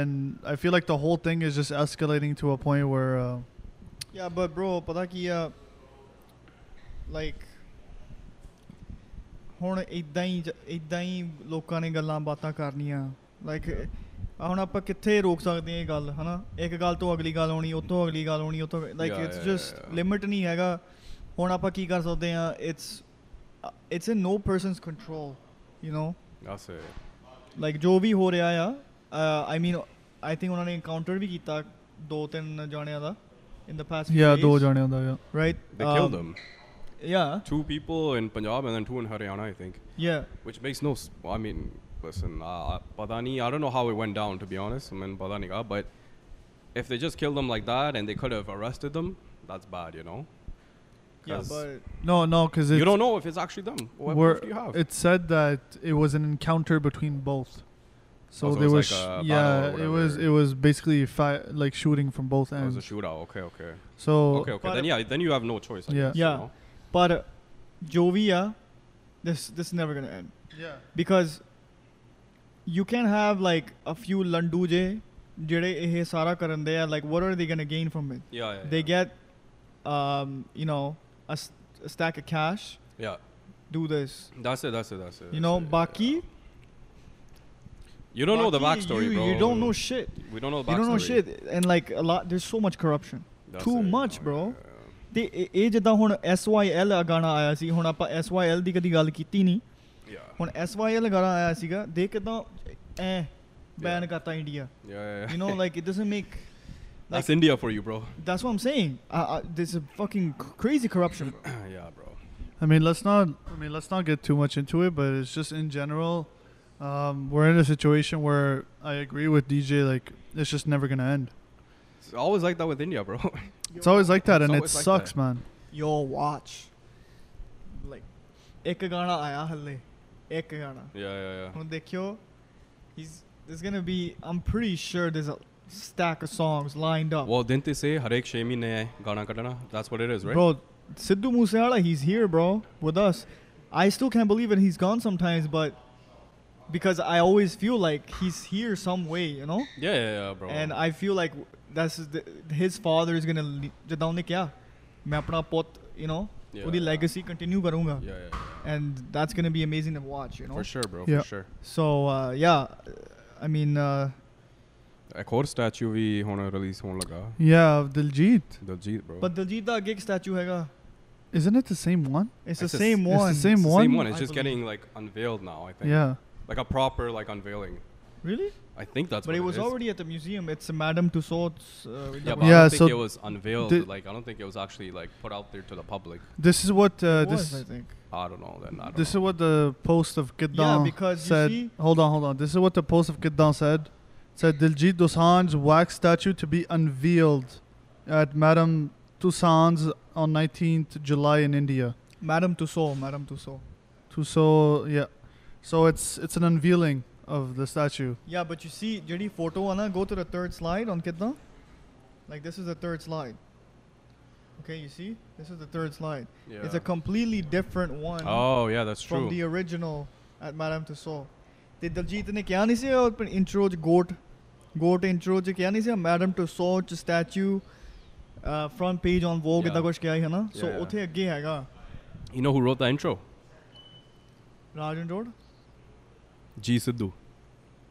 [SPEAKER 1] and I feel like the whole thing is just escalating to a point where uh,
[SPEAKER 4] Yeah, but bro, ਪਤਾ ਕੀ ਆ like ਹੁਣ ਇਦਾਂ ਹੀ ਜ- ਏਦਾਂ ਹੀ ਲੋਕਾਂ ਨੇ ਗੱਲਾਂ ਬਾਤਾਂ ਕਰਨੀਆਂ ਲਾਈਕ ਹੁਣ ਆਪਾਂ ਕਿੱਥੇ ਰੋਕ ਸਕਦੇ ਆ ਇਹ ਗੱਲ ਹਨਾ ਇੱਕ ਗੱਲ ਤੋਂ ਅਗਲੀ ਗੱਲ ਆਉਣੀ ਉਤੋਂ ਅਗਲੀ ਗੱਲ ਆਉਣੀ ਉਤੋਂ like
[SPEAKER 2] Yeah,
[SPEAKER 4] it's
[SPEAKER 2] yeah,
[SPEAKER 4] just
[SPEAKER 2] yeah.
[SPEAKER 4] Limit ਨਹੀਂ ਹੈਗਾ ਹੁਣ ਆਪਾਂ ਕੀ ਕਰ ਸਕਦੇ ਆ it's it's in no person's control you نو
[SPEAKER 2] That's it.
[SPEAKER 4] Like ਜੋ ਵੀ ਹੋ ਰਿਹਾ ਆ ਆਈ ਮੀਨ ਆਈ ਥਿੰਕ ਉਹਨਾਂ ਨੇ ਇਨਕਾਊਂਟਰ ਵੀ ਕੀਤਾ ਦੋ ਤਿੰਨ ਜਾਣਿਆਂ ਦਾ in the past
[SPEAKER 1] yeah, do jane hunda, yeah.
[SPEAKER 4] right?
[SPEAKER 2] They killed
[SPEAKER 4] Um,
[SPEAKER 2] him.
[SPEAKER 4] Yeah,
[SPEAKER 2] Two people in Punjab and then two in Haryana, I think.
[SPEAKER 4] yeah.
[SPEAKER 2] Which makes no. s- well, I mean, listen, uh, Badani, I don't know how it went down, to be honest. I mean, Badani got, but if they just killed them like that and they could have arrested them, that's bad, you know?
[SPEAKER 4] Yeah,
[SPEAKER 2] 'Cause
[SPEAKER 4] but
[SPEAKER 1] No, no, because
[SPEAKER 2] you don't know if it's actually them. What proof do you have?
[SPEAKER 1] It said that it was an encounter between both. So,
[SPEAKER 2] Oh, so it
[SPEAKER 1] they were,
[SPEAKER 2] was like
[SPEAKER 1] sh-
[SPEAKER 2] a battle
[SPEAKER 1] yeah,
[SPEAKER 2] or
[SPEAKER 1] it was
[SPEAKER 2] whatever. Oh,
[SPEAKER 1] it was basically fi- like shooting from both
[SPEAKER 2] It was a
[SPEAKER 1] ends.
[SPEAKER 2] shootout. Okay, okay.
[SPEAKER 1] so
[SPEAKER 2] okay, okay.
[SPEAKER 4] But-
[SPEAKER 2] Then, yeah, then you have no choice. I
[SPEAKER 1] Yeah.
[SPEAKER 2] guess, you
[SPEAKER 4] Yeah.
[SPEAKER 2] know?
[SPEAKER 4] but uh, Jovia, this this is never gonna end
[SPEAKER 1] yeah,
[SPEAKER 4] because you can have like a few landuje eh ਜਿਹੜੇ ਇਹ ਸਾਰਾ ਕਰਨ ਦੇ ਆ like what are they gonna gain from it
[SPEAKER 2] Yeah, yeah.
[SPEAKER 4] they
[SPEAKER 2] yeah.
[SPEAKER 4] get um you know a, s- a stack of cash
[SPEAKER 2] Yeah.
[SPEAKER 4] do this
[SPEAKER 2] That's it, that's it, that's it.
[SPEAKER 4] you
[SPEAKER 2] that's
[SPEAKER 4] know
[SPEAKER 2] it, yeah.
[SPEAKER 4] baki
[SPEAKER 2] You don't know the
[SPEAKER 4] Baki,
[SPEAKER 2] backstory,
[SPEAKER 4] you,
[SPEAKER 2] bro.
[SPEAKER 4] you don't know shit
[SPEAKER 2] We don't know the backstory.
[SPEAKER 4] you don't know shit and like a lot there's so much corruption
[SPEAKER 2] That's
[SPEAKER 4] too
[SPEAKER 2] it,
[SPEAKER 4] much,
[SPEAKER 2] yeah,
[SPEAKER 4] bro.
[SPEAKER 2] yeah, yeah.
[SPEAKER 4] ਤੇ ਇਹ- ਇਹ ਜਿੱਦਾਂ ਹੁਣ SYL ਆ ਗਾਣਾ ਆਇਆ ਸੀ ਹੁਣ ਆਪਾਂ SYL ਦੀ ਕਦੀ ਗੱਲ ਕੀਤੀ ਨਹੀਂ
[SPEAKER 2] Yeah.
[SPEAKER 4] ਹੁਣ SYL ਗਾਣਾ ਆਇਆ ਸੀਗਾ ਦੇ ਕਿਦਾਂ ਐ ਬੈਨ ਕਰਤਾ India
[SPEAKER 2] Yeah, yeah, yeah.
[SPEAKER 4] you know like it doesn't make
[SPEAKER 2] That's India for you, bro.
[SPEAKER 4] that's what i'm saying uh, uh, there's a fucking c- crazy corruption
[SPEAKER 2] yeah, bro.
[SPEAKER 1] I mean, let's not. I mean, let's not get too much into it, but it's just in general, um, we're in a situation where I agree with DJ. Like, it's just never gonna end.
[SPEAKER 2] It's always like that with India, bro.
[SPEAKER 1] It's always like that,
[SPEAKER 2] It's
[SPEAKER 1] and it
[SPEAKER 2] always like
[SPEAKER 1] sucks,
[SPEAKER 2] that.
[SPEAKER 1] man.
[SPEAKER 4] yo watch like ਇੱਕ ਗਾਣਾ ਆਇਆ ਹੱਲੇ ਇੱਕ ਗਾਣਾ
[SPEAKER 2] yeah, yeah, yeah.
[SPEAKER 4] ਹੁਣ ਦੇਖਿਓ he's there's gonna be i'm pretty sure there's a stack of songs lined up
[SPEAKER 2] Well, didn't they say Harek Shemi ne Gana Kadana? That's what it is, right?
[SPEAKER 4] bro Sidhu Moosewala he's here bro with us i still can't believe it he's gone sometimes but because i always feel like he's here some way you know
[SPEAKER 2] Yeah, yeah, yeah, bro.
[SPEAKER 4] And I feel like that's his father is going to ਜਿੱਦਾਂ ਉਹਨੇ ਕਿਹਾ ਮੈਂ ਆਪਣਾ ਪੁੱਤ you نو
[SPEAKER 2] Yeah.
[SPEAKER 4] ਉਹਦੀ legacy continue ਕਰੂੰਗਾ
[SPEAKER 2] yeah, yeah, yeah.
[SPEAKER 4] And that's going to be amazing to watch you
[SPEAKER 2] For
[SPEAKER 4] نو
[SPEAKER 2] sure, bro.
[SPEAKER 1] Yeah.
[SPEAKER 2] For sure.
[SPEAKER 4] So ਯਾ I mean
[SPEAKER 2] Ek hor statue vi hona release hon laga.
[SPEAKER 1] Yeah, of Diljit,
[SPEAKER 2] Daljit, bro.
[SPEAKER 4] ਪਰ ਦਲਜੀਤ ਦਾ ਅੱਗੇ ਇੱਕ statue ਹੈਗਾ
[SPEAKER 1] isn't it the same one?
[SPEAKER 4] It's the
[SPEAKER 2] It's the s-
[SPEAKER 4] same
[SPEAKER 1] it's the
[SPEAKER 4] one
[SPEAKER 1] same
[SPEAKER 2] it's the same
[SPEAKER 1] one?
[SPEAKER 2] one. It's
[SPEAKER 4] I
[SPEAKER 2] just
[SPEAKER 4] believe.
[SPEAKER 2] getting like unveiled now. I think.
[SPEAKER 1] Yeah,
[SPEAKER 2] Like a proper like unveiling.
[SPEAKER 4] Really
[SPEAKER 2] I think that's.
[SPEAKER 4] But
[SPEAKER 2] what
[SPEAKER 4] it was
[SPEAKER 2] is.
[SPEAKER 4] Already at the museum it's Madame Tussauds
[SPEAKER 2] Yeah, but
[SPEAKER 1] Yeah,
[SPEAKER 2] I don't
[SPEAKER 1] so
[SPEAKER 2] think it was unveiled.
[SPEAKER 1] the-
[SPEAKER 2] like I don't think it was actually like put out there to the public.
[SPEAKER 1] this is what uh, this.
[SPEAKER 4] I think
[SPEAKER 2] I don't know. Then I don't
[SPEAKER 1] This is
[SPEAKER 2] know.
[SPEAKER 1] what the post of Giddan
[SPEAKER 4] because you
[SPEAKER 1] said.
[SPEAKER 4] see-
[SPEAKER 1] hold on, hold on. This is what the post of Giddan said. It said Diljit Dosanjh's wax statue to be unveiled at Madame Tussauds on 19th July in India.
[SPEAKER 4] Madame to so Madame to so
[SPEAKER 1] Tussauds, yeah. So it's it's an unveiling of the statue.
[SPEAKER 4] Yeah, but you see, ਜਿਹੜੀ photo ਆ ਨਾ go to the third slide on ਕਿੱਦਾਂ like this is the third slide. Okay, you see? This is the third slide. It's a
[SPEAKER 2] Yeah.
[SPEAKER 4] completely different one
[SPEAKER 2] Oh yeah, that's
[SPEAKER 4] from
[SPEAKER 2] true.
[SPEAKER 4] the original at Madame Tussauds. ਤੇ ਦਲਜੀਤ ਨੇ ਕਿਹਾ ਨਹੀਂ ਸੀ ਉਹ intro ਚ goat goat intro ਚ ਕਿਹਾ ਨਹੀਂ ਸੀ Madame ਟੂਸੋ ਚ statue front page on Vogue ਇਦਾਂ
[SPEAKER 2] Yeah.
[SPEAKER 4] ਕੁਝ ਕਿਹਾ ਹੀ ਹੈ ਨਾ ਸੋ
[SPEAKER 2] Yeah, yeah.
[SPEAKER 4] ਉੱਥੇ ਅੱਗੇ ਹੈਗਾ
[SPEAKER 2] You know who wrote the intro?
[SPEAKER 4] Rajan road
[SPEAKER 2] G Sidhu.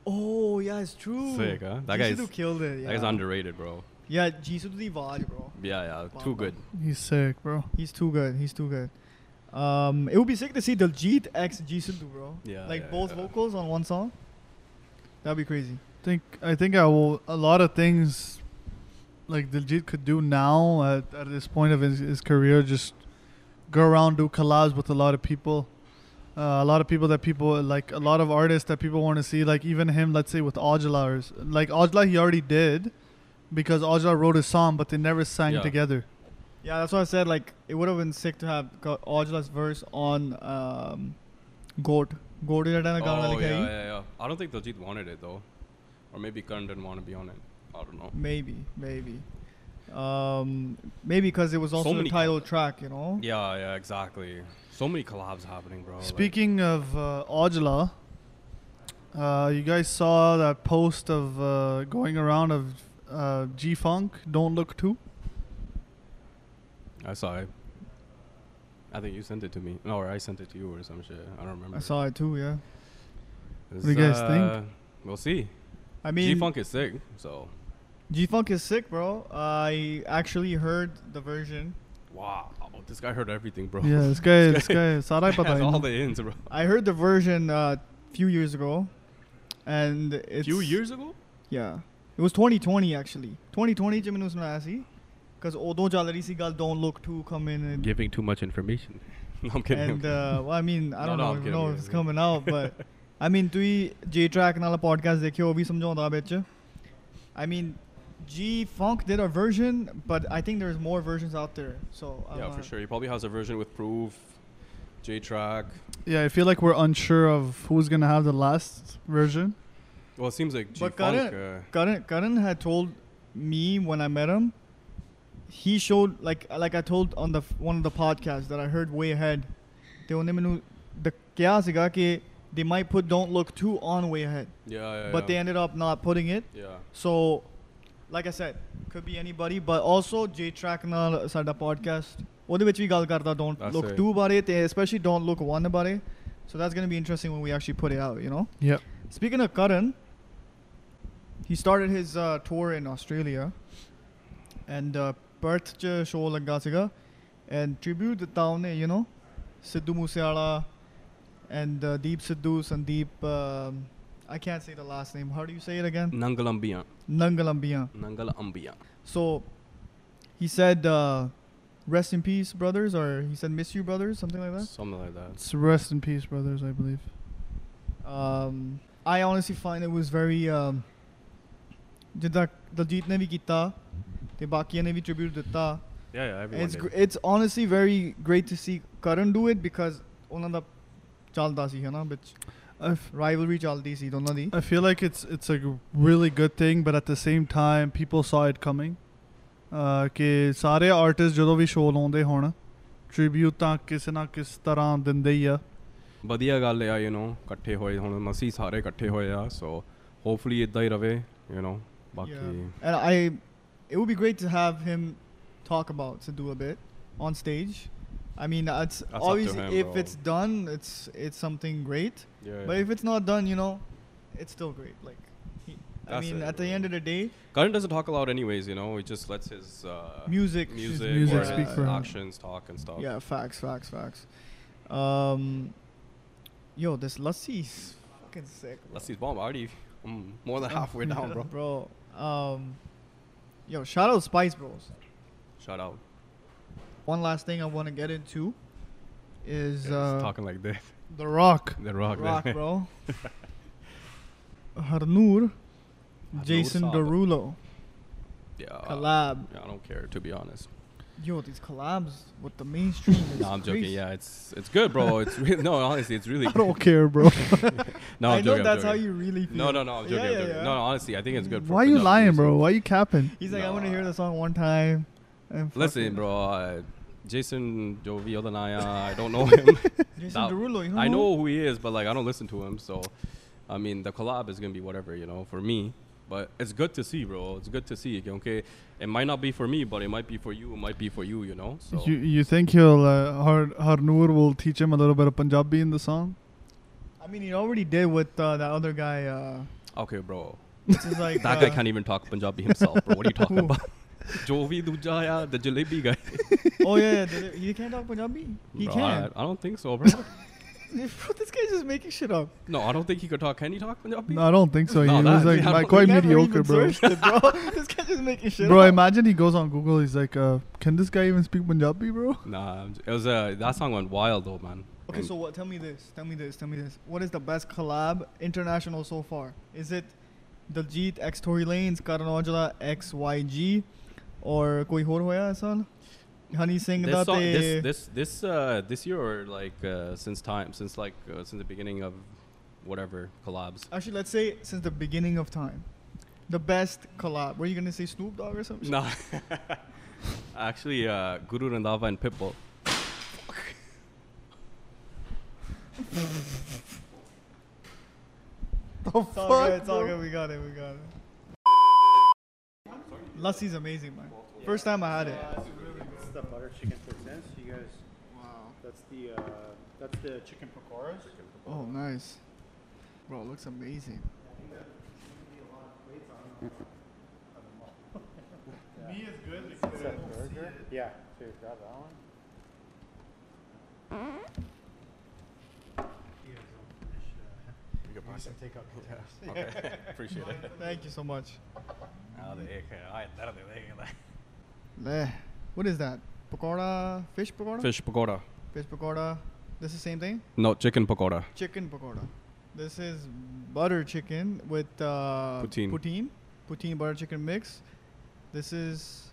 [SPEAKER 4] Oh yeah it's true
[SPEAKER 2] Sick, huh? That guy is-
[SPEAKER 4] killed it.
[SPEAKER 2] That guy's
[SPEAKER 4] yeah.
[SPEAKER 2] underrated, bro.
[SPEAKER 4] Yeah, Jisoo ਦੀ ਆਵਾਜ਼ bro.
[SPEAKER 2] Yeah, yeah.
[SPEAKER 4] Wow,
[SPEAKER 2] Too
[SPEAKER 4] bro.
[SPEAKER 2] good.
[SPEAKER 1] He's sick, bro.
[SPEAKER 4] He's too good. He's too good. Um, it would be sick to see Daljit X G Sindhu, bro.
[SPEAKER 2] Yeah,
[SPEAKER 4] Like
[SPEAKER 2] yeah,
[SPEAKER 4] both
[SPEAKER 2] yeah.
[SPEAKER 4] vocals on one song. That'd be crazy.
[SPEAKER 1] Think I think I will a lot of things like Diljit could do now at, at this point of his, his career just go around do collabs with a lot of people. Uh, a lot of people that people like a lot of artists that people want to see like even him let's say with Ojala or s- like Ojala he already did because Ojala wrote a song but they never sang
[SPEAKER 2] Yeah.
[SPEAKER 1] together.
[SPEAKER 4] Yeah, that's why I said like it would have been sick to have Ka- Ojala's verse on um, Goat. Goat ਜਿਹੜਾ ਨਾ ਗਾਣਾ
[SPEAKER 2] Oh yeah,
[SPEAKER 4] ਲਿਖਿਆ
[SPEAKER 2] yeah,
[SPEAKER 4] C
[SPEAKER 2] yeah. I don't think Daljit wanted it though, or maybe Karan didn't want to be on it. I don't know.
[SPEAKER 4] Maybe, maybe. Um, maybe because it was
[SPEAKER 2] So
[SPEAKER 4] also the
[SPEAKER 2] many
[SPEAKER 4] title track, you know.
[SPEAKER 2] Yeah, yeah, exactly. So many collabs happening, bro. like-
[SPEAKER 1] Speaking of uh, Ojala, uh, you guys saw that post of uh, going around of uh, G Funk Don't Look Too.
[SPEAKER 2] I saw it. I think you sent it to me, no, or I sent it to you, or some shit. I don't remember.
[SPEAKER 4] I saw it too. Yeah.
[SPEAKER 2] It's, uh,
[SPEAKER 1] What do you guys think?
[SPEAKER 2] We'll see.
[SPEAKER 4] I mean,
[SPEAKER 2] G Funk is sick, so
[SPEAKER 4] G Funk is sick, bro. I actually heard the version
[SPEAKER 2] wow, this guy heard everything, bro.
[SPEAKER 1] Yeah, this guy, this guy, Sarai
[SPEAKER 2] He
[SPEAKER 1] pata
[SPEAKER 2] has
[SPEAKER 1] hai
[SPEAKER 2] all
[SPEAKER 1] na.
[SPEAKER 2] the ins, bro.
[SPEAKER 4] I heard the version a uh, few years ago, and it's
[SPEAKER 2] few years ago?
[SPEAKER 4] Yeah, it was 2020 actually. 2020 Jimin was Nasi, because although Jalari Sigal don't look to come in and,
[SPEAKER 2] Giving too much information. no, I'm kidding. I'm
[SPEAKER 4] and
[SPEAKER 2] kidding.
[SPEAKER 4] uh, well, I mean
[SPEAKER 2] No,
[SPEAKER 4] I don't
[SPEAKER 2] no,
[SPEAKER 4] know
[SPEAKER 2] I'm
[SPEAKER 4] even
[SPEAKER 2] kidding,
[SPEAKER 4] know
[SPEAKER 2] yeah,
[SPEAKER 4] if it's
[SPEAKER 2] yeah.
[SPEAKER 4] coming out, but I mean, ਤੁਸੀਂ J Track ਨਾਲ podcast ਦੇਖਿਓ ਉਹ ਵੀ ਸਮਝਾਉਂਦਾ ਵਿੱਚ I mean G Funk did a version but I think there's more versions out there so I'm
[SPEAKER 2] yeah, for
[SPEAKER 4] not-
[SPEAKER 2] sure. He probably has a version with Proof, J Track.
[SPEAKER 1] Yeah, I feel like we're unsure of who's gonna have the last version.
[SPEAKER 2] Well, it seems like G
[SPEAKER 4] But
[SPEAKER 2] Funk.
[SPEAKER 4] current-
[SPEAKER 2] Uh,
[SPEAKER 4] Karan Karan had told me when I met him, he showed like like I told on the f- one of the podcasts that I heard way ahead. ਤੇ ਉਹਨੇ ਮੈਨੂੰ ਦ ਕਿਹਾ ਸੀਗਾ ਕਿ they might put don't look too on way ahead,
[SPEAKER 2] yeah, yeah.
[SPEAKER 4] but they
[SPEAKER 2] yeah.
[SPEAKER 4] ended up not putting it.
[SPEAKER 2] Yeah.
[SPEAKER 4] So, like I said, could be anybody, but also J Track ਨਾਲ ਸਾਡਾ podcast ਉਹਦੇ ਵਿੱਚ ਵੀ ਗੱਲ ਕਰਦਾ don't
[SPEAKER 2] That's
[SPEAKER 4] look
[SPEAKER 2] right.
[SPEAKER 4] too ਬਾਰੇ ਤੇ especially don't look one ਬਾਰੇ. So that's going to be interesting when we actually put it out, you know.
[SPEAKER 1] Yeah.
[SPEAKER 4] Speaking of Karan, he started his uh, tour in Australia and uh, Perth ਚ show ਲੱਗਾ ਸੀਗਾ and tribute ਦਿੱਤਾ ਉਹਨੇ you know Sidhu Moosewala and uh, Deep Sidhu Sandeep um, I can't say the last name how do you say it again
[SPEAKER 2] Mm. Nangalambian.
[SPEAKER 4] Nangalambian
[SPEAKER 2] Nangalambian.
[SPEAKER 4] so he said uh, rest in peace brothers or he said miss you brothers something like that
[SPEAKER 2] Something like that.
[SPEAKER 1] It's rest in peace, brothers. I believe.
[SPEAKER 4] um, I honestly find it was very um, ਜਿੱਦਾਂ ਦਲਜੀਤ ਨੇ ਵੀ ਕੀਤਾ ਤੇ ਬਾਕੀਆਂ ਨੇ ਵੀ tribute ਦਿੱਤਾ
[SPEAKER 2] Yeah, yeah. Everyone.
[SPEAKER 4] It's
[SPEAKER 2] did.
[SPEAKER 4] It's honestly very great to see Karan do it because ਉਹਨਾਂ ਦਾ ਚੱਲਦਾ ਸੀ ਹਨਾ ਵਿੱਚ
[SPEAKER 1] I f-
[SPEAKER 4] ਰਾਈਵਲਰੀ ਚੱਲਦੀ ਸੀ ਦੋਨਾਂ ਦੀ
[SPEAKER 1] I feel like it's it's a g- really good thing, but at the same time, people saw it coming. Uh, ਕਿ ਸਾਰੇ artist ਜਦੋਂ ਵੀ ਸ਼ੋਅ ਲਾਉਂਦੇ ਹੋਣ ਟ੍ਰਿਬਿਊਟ ਤਾਂ ਕਿਸੇ ਨਾ ਕਿਸ ਤਰ੍ਹਾਂ ਦਿੰਦੇ ਹੀ ਆ
[SPEAKER 2] ਵਧੀਆ ਗੱਲ ਆ ਯੂ نو ਇਕੱਠੇ ਹੋਏ ਹੁਣ ਅਸੀਂ ਸਾਰੇ ਇਕੱਠੇ ਹੋਏ ਆ ਸੋ ਹੋਪਫੁਲੀ ਇਦਾਂ ਹੀ ਰਵੇ ਯੂ نو ਬਾਕੀ
[SPEAKER 4] Yeah. And I, it would be great to have him talk about Sidhu a bit on stage. I mean, it's
[SPEAKER 2] up to
[SPEAKER 4] always
[SPEAKER 2] him,
[SPEAKER 4] if
[SPEAKER 2] bro.
[SPEAKER 4] it's done, it's it's something great.
[SPEAKER 2] Yeah,
[SPEAKER 4] But
[SPEAKER 2] yeah.
[SPEAKER 4] if it's not done, you know, it's still great. Like, he, I
[SPEAKER 2] That's
[SPEAKER 4] mean,
[SPEAKER 2] it,
[SPEAKER 4] at the
[SPEAKER 2] bro.
[SPEAKER 4] end of the day,
[SPEAKER 2] Karan doesn't talk a lot anyways you know he just lets his uh,
[SPEAKER 4] Music.
[SPEAKER 2] music,
[SPEAKER 1] His music
[SPEAKER 2] or
[SPEAKER 4] speak
[SPEAKER 2] his
[SPEAKER 4] for him.
[SPEAKER 2] actions talk and stuff
[SPEAKER 4] yeah, facts, facts, facts. Um, yo, this lassis fucking sick. bro.
[SPEAKER 2] let's see bomb already I'm more
[SPEAKER 4] Oh.
[SPEAKER 2] than halfway down bro
[SPEAKER 4] bro. Um, yo, shout out Spice Bros.
[SPEAKER 2] shout out
[SPEAKER 4] One last thing I want to get into is
[SPEAKER 2] He's
[SPEAKER 4] uh,
[SPEAKER 2] talking like this
[SPEAKER 1] The Rock
[SPEAKER 2] the rock,
[SPEAKER 4] Rock,
[SPEAKER 2] man.
[SPEAKER 4] bro. Harnoor,
[SPEAKER 2] Harnoor
[SPEAKER 4] Jason
[SPEAKER 2] Saab.
[SPEAKER 4] Derulo
[SPEAKER 2] yeah
[SPEAKER 4] collab.
[SPEAKER 2] yeah, I don't care to be honest
[SPEAKER 4] Yo, these collabs with the mainstream. Is
[SPEAKER 2] no I'm joking
[SPEAKER 4] crazy.
[SPEAKER 2] yeah it's it's good bro it's really no honestly it's really
[SPEAKER 1] I don't care bro
[SPEAKER 2] no
[SPEAKER 4] I
[SPEAKER 2] I'm
[SPEAKER 4] know
[SPEAKER 2] joking, I'm
[SPEAKER 4] that's how
[SPEAKER 2] joking.
[SPEAKER 4] you really feel.
[SPEAKER 2] no no no I'm joking,
[SPEAKER 4] Yeah,
[SPEAKER 2] I'm
[SPEAKER 4] yeah,
[SPEAKER 2] joking.
[SPEAKER 4] yeah.
[SPEAKER 2] no no honestly I think it's good for
[SPEAKER 1] why you
[SPEAKER 2] production,
[SPEAKER 1] lying
[SPEAKER 2] so-
[SPEAKER 1] bro why you capping
[SPEAKER 4] He's like, I want to hear
[SPEAKER 2] Nah.
[SPEAKER 4] the song one time. And fuck
[SPEAKER 2] Listen,
[SPEAKER 4] it.
[SPEAKER 2] bro. Uh, Jason Jovio than I, uh, I don't know him.
[SPEAKER 4] Jason
[SPEAKER 2] Nah,
[SPEAKER 4] Derulo, you know.
[SPEAKER 2] I
[SPEAKER 4] who?
[SPEAKER 2] know who he is, but like I don't listen to him. So, I mean, the collab is gonna be whatever, you know, for me. But it's good to see, bro. It's good to see. Okay, it might not be for me, but it might be for you. It might be for you, you know. So
[SPEAKER 1] you you think he'll uh, Har Harnoor will teach him a little bit of Punjabi in the song
[SPEAKER 4] I mean, he already did with uh, that other guy. Uh,
[SPEAKER 2] okay, bro.
[SPEAKER 4] which is like
[SPEAKER 2] That
[SPEAKER 4] uh,
[SPEAKER 2] guy can't even talk Punjabi himself, bro. What are you talking
[SPEAKER 4] Who?
[SPEAKER 2] about? Jovi Dujaya, the Jalebi guy.
[SPEAKER 4] Oh yeah, yeah did he he can't talk Punjabi. He
[SPEAKER 2] Bro, I,
[SPEAKER 4] can.
[SPEAKER 2] I don't think so, bro.
[SPEAKER 4] Bro, this guy's just making shit up.
[SPEAKER 2] no, I don't think he could talk. Can he talk Punjabi?
[SPEAKER 1] no I don't think so
[SPEAKER 2] No,
[SPEAKER 1] he
[SPEAKER 2] that-
[SPEAKER 1] was like
[SPEAKER 2] I don't-
[SPEAKER 1] quite
[SPEAKER 4] We never
[SPEAKER 1] mediocre
[SPEAKER 4] even
[SPEAKER 1] bro
[SPEAKER 4] searched It, bro. this guy's just making shit
[SPEAKER 1] bro
[SPEAKER 4] up.
[SPEAKER 1] imagine he goes on Google he's like uh, can this guy even speak Punjabi bro
[SPEAKER 2] Nah, I'm j- it was uh, that song went wild though, man.
[SPEAKER 4] Okay,
[SPEAKER 2] And-
[SPEAKER 4] so what? Tell me this. Tell me this. Tell me this. What is the best collab international so far? Is it Daljit X Tory Lanez, Karan Aujla X YG, or koi hor hoya asal? Honey Singh
[SPEAKER 2] this,
[SPEAKER 4] da
[SPEAKER 2] song,
[SPEAKER 4] te.
[SPEAKER 2] this this this uh this year or like uh since time since like uh, since the beginning of whatever collabs
[SPEAKER 4] Actually, let's say since the beginning of time, the best collab. Were you gonna say Snoop Dogg or something?
[SPEAKER 2] no actually uh guru randava and pitbull
[SPEAKER 4] The it's all good. It's all good. We got it. We got it. Lassi's amazing, man. First time I had it.
[SPEAKER 5] the butter chicken presents. You guys, wow, that's the uh, that's the chicken pakoras.
[SPEAKER 4] Oh, nice. Bro, it looks amazing.
[SPEAKER 5] Yeah, so you grab that one.
[SPEAKER 2] okay appreciate it Oh,
[SPEAKER 4] Thank you so much. Leh. What is that? Pakoda? Fish pakoda?
[SPEAKER 2] fish pakoda
[SPEAKER 4] Fish pakoda. This is the same thing?
[SPEAKER 2] no chicken pakoda
[SPEAKER 4] Chicken pakoda. This is butter chicken with uh,
[SPEAKER 2] Poutine.
[SPEAKER 4] poutine, poutine butter chicken mix. This is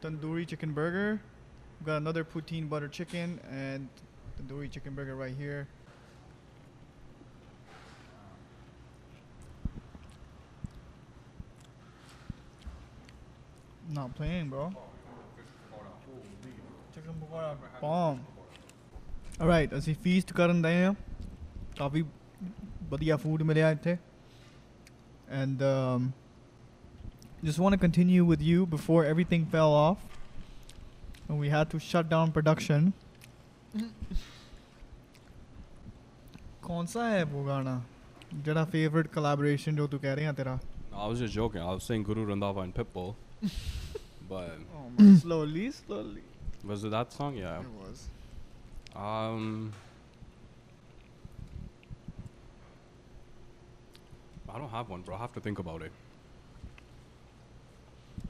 [SPEAKER 4] tandoori chicken burger. We've got another poutine butter chicken and tandoori chicken burger right here. Not playing, bro. Chicken pakora, bomb. All right, ਅਸੀਂ feast ਕਰਨ ਦੇ ਆ ਕਾਫੀ ਵਧੀਆ food ਮਿਲਿਆ ਇੱਥੇ and um, just want to continue with you before everything fell off and we had to shut down production ਕੌਣ ਸਾ ਹੈ ਉਹ ਗਾਣਾ ਜਿਹੜਾ favorite collaboration ਜੋ ਤੂੰ ਕਹਿ ਰਿਹਾ ਤੇਰਾ
[SPEAKER 2] No, I was just joking. I was saying Guru Randava and Pitbull. but
[SPEAKER 4] oh my slowly slowly
[SPEAKER 2] was it that song? Yeah.
[SPEAKER 4] it was
[SPEAKER 2] Um, I don't have one, bro. I have to think about it.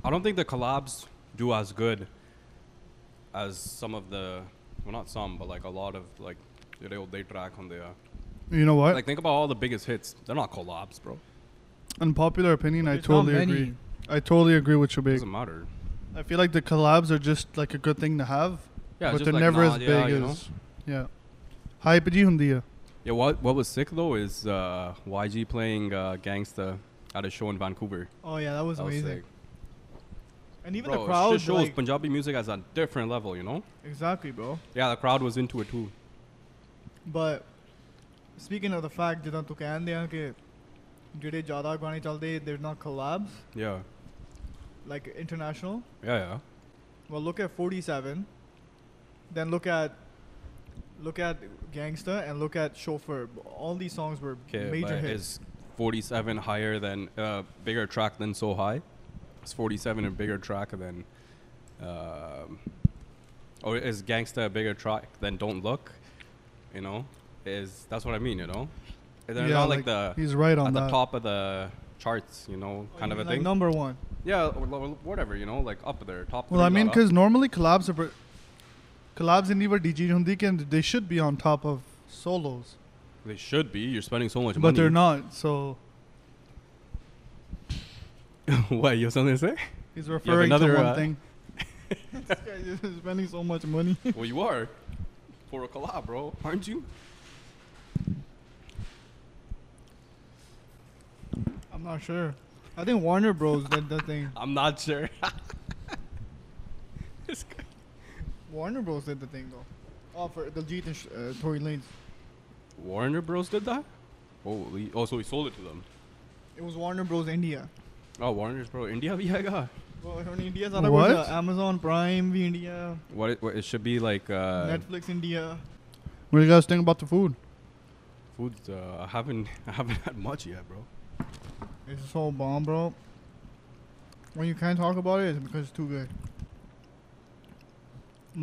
[SPEAKER 2] I don't think the collabs do as good as some of the, well, not some, but like a lot of like the real day track on the. Uh,
[SPEAKER 1] You know what?
[SPEAKER 2] like think about all the biggest hits. They're not collabs, bro.
[SPEAKER 1] Unpopular opinion. I
[SPEAKER 4] There's not
[SPEAKER 1] totally agree.
[SPEAKER 4] many.
[SPEAKER 1] I totally agree with Shabik.
[SPEAKER 2] Doesn't matter.
[SPEAKER 1] I feel like the collabs are just like a good thing to have,
[SPEAKER 2] Yeah,
[SPEAKER 1] but
[SPEAKER 2] just
[SPEAKER 1] they're
[SPEAKER 2] like
[SPEAKER 1] never as
[SPEAKER 2] nod,
[SPEAKER 1] big
[SPEAKER 2] yeah, you know?
[SPEAKER 1] as yeah. Hype ji hundi hai.
[SPEAKER 2] Yeah, what what was sick though is uh, YG playing uh, Gangsta at a show in Vancouver.
[SPEAKER 4] oh yeah that was
[SPEAKER 2] That was
[SPEAKER 4] amazing
[SPEAKER 2] sick.
[SPEAKER 4] and even
[SPEAKER 2] Bro,
[SPEAKER 4] the
[SPEAKER 2] it
[SPEAKER 4] crowd
[SPEAKER 2] just shows
[SPEAKER 4] like,
[SPEAKER 2] Punjabi music as a different level, you know?
[SPEAKER 4] exactly bro
[SPEAKER 2] Yeah, the crowd was into it too.
[SPEAKER 4] but speaking of the fact ਜਿੱਦਾਂ ਤੂੰ ਕਹਿੰਦੇ ਆ ਕਿ ਜਿਹੜੇ ਜ਼ਿਆਦਾ ਗਾਣੇ ਚੱਲਦੇ they're not collabs
[SPEAKER 2] Yeah,
[SPEAKER 4] like international
[SPEAKER 2] yeah, yeah.
[SPEAKER 4] well look at 47 then look at look at gangsta and look at chauffeur all these songs were
[SPEAKER 2] Okay,
[SPEAKER 4] major
[SPEAKER 2] but
[SPEAKER 4] hits
[SPEAKER 2] is 47 higher than uh, bigger track than so high? Is 47 a bigger track than, um, or is Gangsta a bigger track than Don't Look? You know, is that's what I mean. You know, they're
[SPEAKER 1] Yeah,
[SPEAKER 2] not like, the
[SPEAKER 1] like, he's right on
[SPEAKER 2] at
[SPEAKER 1] that. Oh,
[SPEAKER 2] the top of the charts. You know, kind of a
[SPEAKER 4] like
[SPEAKER 2] thing.
[SPEAKER 4] number one
[SPEAKER 2] yeah, or, or whatever. You know, like up there, top.
[SPEAKER 1] Well, I
[SPEAKER 2] three,
[SPEAKER 1] mean,
[SPEAKER 2] not up.
[SPEAKER 1] because normally collabs are pr- collabs in even DG hundi can they should be on top of solos,
[SPEAKER 2] they should be. You're spending so much
[SPEAKER 1] but
[SPEAKER 2] money.
[SPEAKER 1] they're not. So
[SPEAKER 2] what you have something to say?
[SPEAKER 1] he's referring
[SPEAKER 2] another,
[SPEAKER 1] to one
[SPEAKER 2] uh,
[SPEAKER 1] thing.
[SPEAKER 4] this guy is spending so much money
[SPEAKER 2] well, you are for a collab, bro, aren't you?
[SPEAKER 4] i'm not sure i think warner bros did that thing
[SPEAKER 2] I'm not sure. This guy-
[SPEAKER 4] warner bros did the thing though oh for the Jeet and Sh- uh, tory lanez
[SPEAKER 2] Warner Bros did that? Holy. Oh, so he sold it to them.
[SPEAKER 4] it was warner bros india
[SPEAKER 2] Oh, Warner's bro, India, yeah, yeah.
[SPEAKER 4] well, India's
[SPEAKER 1] What?
[SPEAKER 4] uh, amazon prime we india
[SPEAKER 2] What it, what it should be like uh,
[SPEAKER 4] netflix india
[SPEAKER 1] What do you guys think about the food?
[SPEAKER 2] food. Uh, I haven't, I haven't had much yet, bro.
[SPEAKER 4] it's so bomb bro when you can't talk about it it's because it's too good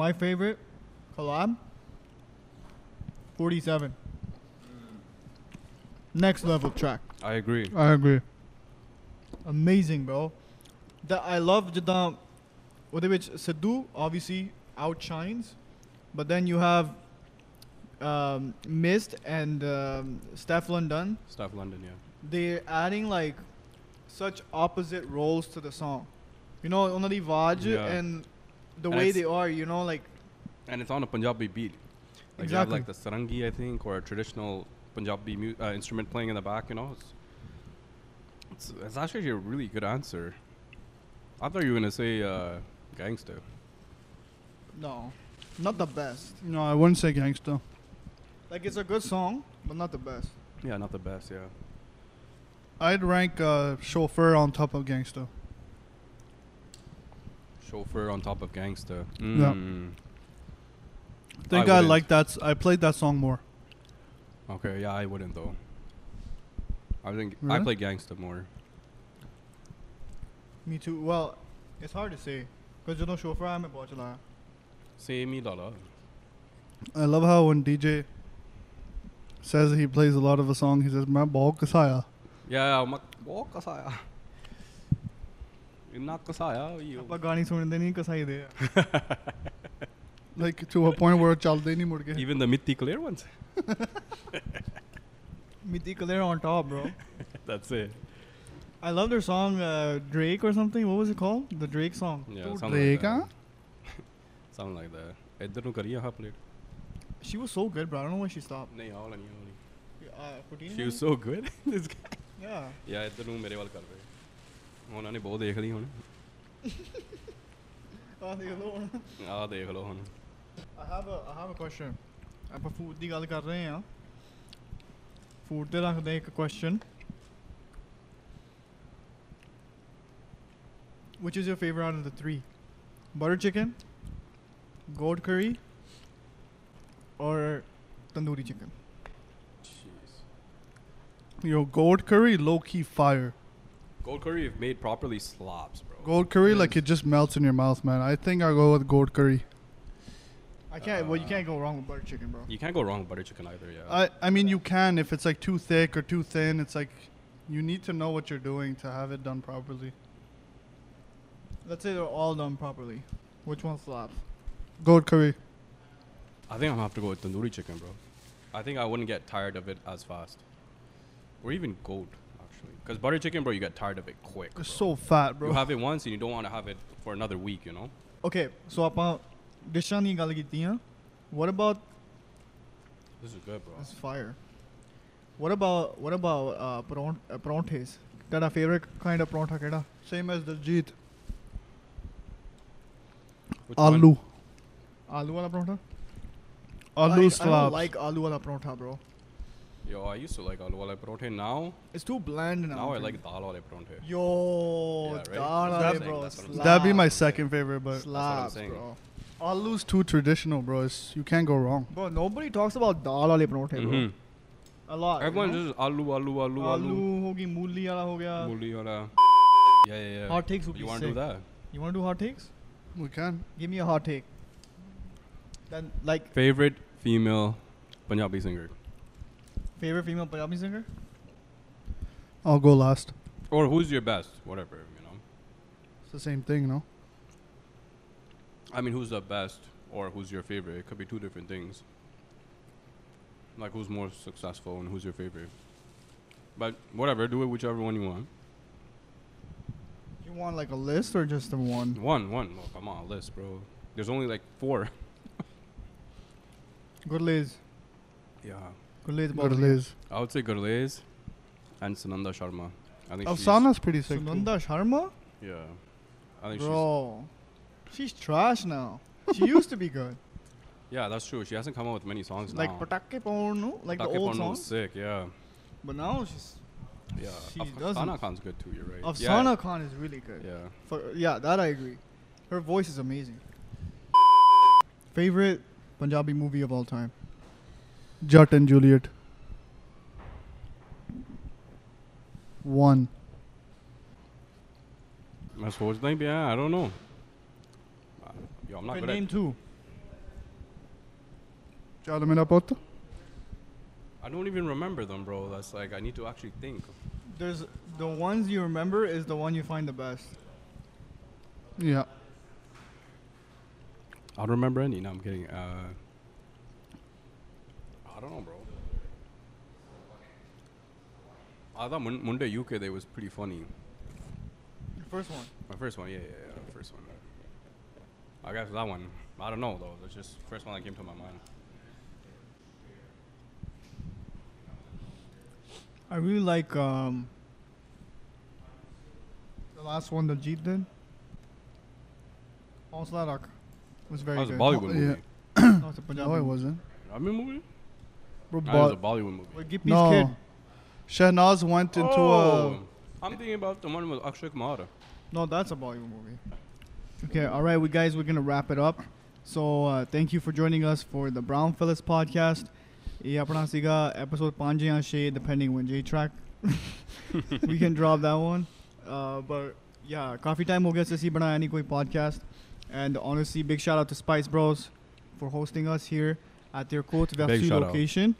[SPEAKER 4] my favorite collab 47 next level track
[SPEAKER 2] I agree.
[SPEAKER 1] I agree.
[SPEAKER 4] amazing bro that i love ਜਿੱਦਾਂ ਉਹਦੇ ਵਿੱਚ Sidhu obviously outshines but then you have um, mist and um, steph london
[SPEAKER 2] Stuff London, yeah.
[SPEAKER 4] they're adding like such opposite roles to the song. You know, on the Vaj
[SPEAKER 2] Yeah.
[SPEAKER 4] and the
[SPEAKER 2] And
[SPEAKER 4] way
[SPEAKER 2] it's-
[SPEAKER 4] they are, you know, like
[SPEAKER 2] And it's on a Punjabi beat. Like you have like the
[SPEAKER 4] Exactly.
[SPEAKER 2] sarangi, I think, or a traditional Punjabi mu- uh, instrument playing in the back. You know, it's, it's, it's actually a really good answer. I thought you were gonna say uh, gangster.
[SPEAKER 4] no, not the best.
[SPEAKER 1] No, I wouldn't say gangsta.
[SPEAKER 4] Like it's a good song, but not the best.
[SPEAKER 2] Yeah, not the best. Yeah.
[SPEAKER 1] I'd rank uh, chauffeur on top of gangsta.
[SPEAKER 2] Chauffeur on top of gangster.
[SPEAKER 1] Mm.
[SPEAKER 2] Mm.
[SPEAKER 1] I think I,
[SPEAKER 2] wouldn't.
[SPEAKER 1] like that. s- I played that song more.
[SPEAKER 2] Okay, yeah, I wouldn't though. I think I
[SPEAKER 1] Really?
[SPEAKER 2] play gangster more.
[SPEAKER 4] Me too. Well, it's hard to say because you know chauffeur I'm about to lie.
[SPEAKER 2] Say me lala.
[SPEAKER 1] I love how when DJ says he plays a lot of a song, he says "मैं बहुत कसाया."
[SPEAKER 2] Yeah, I'm like, walk kasaya. You're not kasaya. You.
[SPEAKER 4] ਆਪਾਂ ਗਾਣੀ ਸੁਣਦੇ ਨਹੀਂ ਕਸਾਈ ਦੇ ਆ।
[SPEAKER 1] Like to a point where चलते नहीं मुड़ के.
[SPEAKER 2] Even the mythic clear ones.
[SPEAKER 4] Miti Kalera on top, bro.
[SPEAKER 2] That's it.
[SPEAKER 4] I love their song uh, Drake or something. What was it called? The Drake song.
[SPEAKER 2] Yeah,
[SPEAKER 1] तो
[SPEAKER 2] something
[SPEAKER 1] Drake,
[SPEAKER 2] like
[SPEAKER 1] huh?
[SPEAKER 2] that. Something like that. इधर नु करिए हाँ plate
[SPEAKER 4] She was so good, bro. I don't know why she stopped.
[SPEAKER 2] नहीं all नहीं all
[SPEAKER 4] Uh, Fortini,
[SPEAKER 2] she
[SPEAKER 4] maybe?
[SPEAKER 2] Was so good this guy
[SPEAKER 4] Yeah.
[SPEAKER 2] या इधर नु मेरे वाल कर रहे ਉਹਨਾਂ ਨੇ ਬਹੁਤ ਦੇਖ ਲਈ ਹੁਣ
[SPEAKER 4] Oh, the other one.
[SPEAKER 2] ਆਹ ਦੇਖ ਲਓ ਹੁਣ
[SPEAKER 4] I have a I have a question. ਆਪਾਂ ਫੂਡ ਦੀ ਗੱਲ ਕਰ ਰਹੇ ਹਾਂ ਫੂਡ ਤੇ ਰੱਖਦੇ ਹਾਂ ਇੱਕ question which is your favorite out of the three butter chicken goat curry or tandoori chicken
[SPEAKER 1] Yo, gold curry, low key fire.
[SPEAKER 2] Gold curry if made properly slaps, bro.
[SPEAKER 1] Gold curry, like it just melts in your mouth, man. I think I'll go with gold curry.
[SPEAKER 4] i can't well you
[SPEAKER 2] Uh,
[SPEAKER 4] can't go wrong with butter chicken bro
[SPEAKER 2] You can't go wrong with butter chicken either, yeah.
[SPEAKER 1] I, I mean, you can if it's like too thick or too thin. It's like you need to know what you're doing to have it done properly.
[SPEAKER 4] let's say they're all done properly which one slaps
[SPEAKER 1] Gold curry.
[SPEAKER 2] I think I'm gonna have to go with tandoori chicken, bro. I think I wouldn't get tired of it as fast, or even goat actually. Because butter chicken, bro, you get tired of it quick.
[SPEAKER 1] They're
[SPEAKER 2] bro.
[SPEAKER 1] so fat, bro.
[SPEAKER 2] You have it once and you don't want to have it for another week, you know.
[SPEAKER 4] okay so ਆਪਾਂ ਡਿਸ਼ਾਂ ਦੀ ਗੱਲ ਕੀਤੀ ਆ what about
[SPEAKER 2] This is good, bro.
[SPEAKER 4] That's fire. What about what about uh, prawn, uh prontes? That favorite kind of pronta keda?
[SPEAKER 1] Same as the jeet.
[SPEAKER 2] Which one?
[SPEAKER 1] Aloo.
[SPEAKER 4] Aloo wala pronta?
[SPEAKER 1] Aloo
[SPEAKER 4] like, I don't
[SPEAKER 1] slaps.
[SPEAKER 4] like aloo wala pronta, bro.
[SPEAKER 2] Yo, I used to like aloo wale parathe. Now,
[SPEAKER 4] It's too bland now.
[SPEAKER 2] now I
[SPEAKER 4] dude.
[SPEAKER 2] like dal wale parathe.
[SPEAKER 4] Yo,
[SPEAKER 2] Yeah, right? That's
[SPEAKER 4] dal wale,
[SPEAKER 2] what I'm
[SPEAKER 4] bro.
[SPEAKER 2] saying, that's what I'm saying.
[SPEAKER 1] That'd be my
[SPEAKER 2] Slaps.
[SPEAKER 1] second favorite, but
[SPEAKER 2] what I'm
[SPEAKER 4] slaps,
[SPEAKER 2] saying.
[SPEAKER 4] bro.
[SPEAKER 1] Aloo's too traditional, bro. It's, you can't go wrong.
[SPEAKER 4] Bro, nobody talks about dal wale pronta, bro.
[SPEAKER 2] Mhm.
[SPEAKER 4] A lot. you
[SPEAKER 2] Everyone
[SPEAKER 4] know?
[SPEAKER 2] just aloo, aloo, aloo, aloo,
[SPEAKER 4] aloo hogi, mooli wala ho gaya.
[SPEAKER 2] muli wala. Yeah, yeah, yeah.
[SPEAKER 4] Hot takes would
[SPEAKER 2] You
[SPEAKER 4] be
[SPEAKER 2] want
[SPEAKER 4] sick.
[SPEAKER 2] to do that?
[SPEAKER 4] You want to do hot takes?
[SPEAKER 1] We can.
[SPEAKER 4] Give me a hot take. Then like
[SPEAKER 2] Favorite female Punjabi singer,
[SPEAKER 4] favorite female Punjabi singer?
[SPEAKER 1] I'll go last.
[SPEAKER 2] or who's your best? Whatever, you know.
[SPEAKER 1] It's the same thing, no?
[SPEAKER 2] I mean, who's the best or who's your favorite? It could be two different things. Like, who's more successful and who's your favorite? But whatever, do it whichever one you want.
[SPEAKER 4] You want like a list or just the one?
[SPEAKER 2] One, one. Oh, come on, list, bro. There's only like four.
[SPEAKER 4] Gurlez.
[SPEAKER 2] Yeah.
[SPEAKER 4] Gurlez
[SPEAKER 1] Gurlez.
[SPEAKER 2] I would say Gurlez and Sananda Sharma. I
[SPEAKER 4] Oh,
[SPEAKER 2] think she's-
[SPEAKER 1] Afsana's pretty sick. too.
[SPEAKER 4] Sunanda Sharma?
[SPEAKER 2] Yeah. I think
[SPEAKER 4] Bro. She's trash now. She used to be good.
[SPEAKER 2] she's. Yeah, that's true. She hasn't come out with many songs
[SPEAKER 4] Like
[SPEAKER 2] now.
[SPEAKER 4] Patake Porno, like
[SPEAKER 2] Patake
[SPEAKER 4] the old
[SPEAKER 2] Porno was
[SPEAKER 4] songs.
[SPEAKER 2] sick, yeah.
[SPEAKER 4] But now she's
[SPEAKER 2] Yeah.
[SPEAKER 4] She
[SPEAKER 2] Af-
[SPEAKER 4] doesn't.
[SPEAKER 2] Afsana Khan's good too, you're right.
[SPEAKER 4] Afsana Khan is really good.
[SPEAKER 2] Yeah. yeah.
[SPEAKER 4] For, yeah, that I agree. Her voice is amazing. Favorite Punjabi movie of all time.
[SPEAKER 1] Jut and Juliet. One.
[SPEAKER 2] My sports name, yeah, I don't know. Uh, Yo, I'm not good at
[SPEAKER 4] name two.
[SPEAKER 1] Chalo mera putt.
[SPEAKER 2] I don't even remember them, bro. That's like I need to actually think.
[SPEAKER 4] There's the ones you remember is the one you find the best.
[SPEAKER 1] Yeah.
[SPEAKER 2] I don't remember any. No, I'm kidding. Uh, I don't know, bro. I thought Mun- Munda UK they was pretty funny.
[SPEAKER 4] The first one.
[SPEAKER 2] My first one, yeah, yeah, yeah, first one. I guess that one. I don't know though. That's just first one that came to my mind.
[SPEAKER 4] I really like um, the last one that Jeet did. Haunsla Rakh was very
[SPEAKER 2] That was a
[SPEAKER 4] good.
[SPEAKER 2] Bollywood
[SPEAKER 1] Yeah.
[SPEAKER 2] movie.
[SPEAKER 4] No, it's a Punjabi
[SPEAKER 1] No, it
[SPEAKER 4] movie.
[SPEAKER 1] wasn't.
[SPEAKER 2] I mean, movie.
[SPEAKER 1] Bro,
[SPEAKER 2] That was a
[SPEAKER 1] but
[SPEAKER 2] Bollywood movie.
[SPEAKER 4] With Gippy's kid.
[SPEAKER 1] no. Shahnaz went into a.
[SPEAKER 2] Oh, I'm thinking about the one with Akshay Kumar.
[SPEAKER 4] No, that's a Bollywood movie. Okay, all right, we guys, we're gonna wrap it up. So uh, thank you for joining us for the Brown Fellas podcast. ਇਹ ਆਪਣਾ ਸੀਗਾ episode 5 ਜਾਂ 6 depending when J track we can drop that one. Uh, but yeah, coffee time ho gaya sisi banaya nahi koi podcast and honestly big shout out to Spice Bros for hosting us here at their Cote
[SPEAKER 2] Big
[SPEAKER 4] Vertu
[SPEAKER 2] shout out.
[SPEAKER 4] location.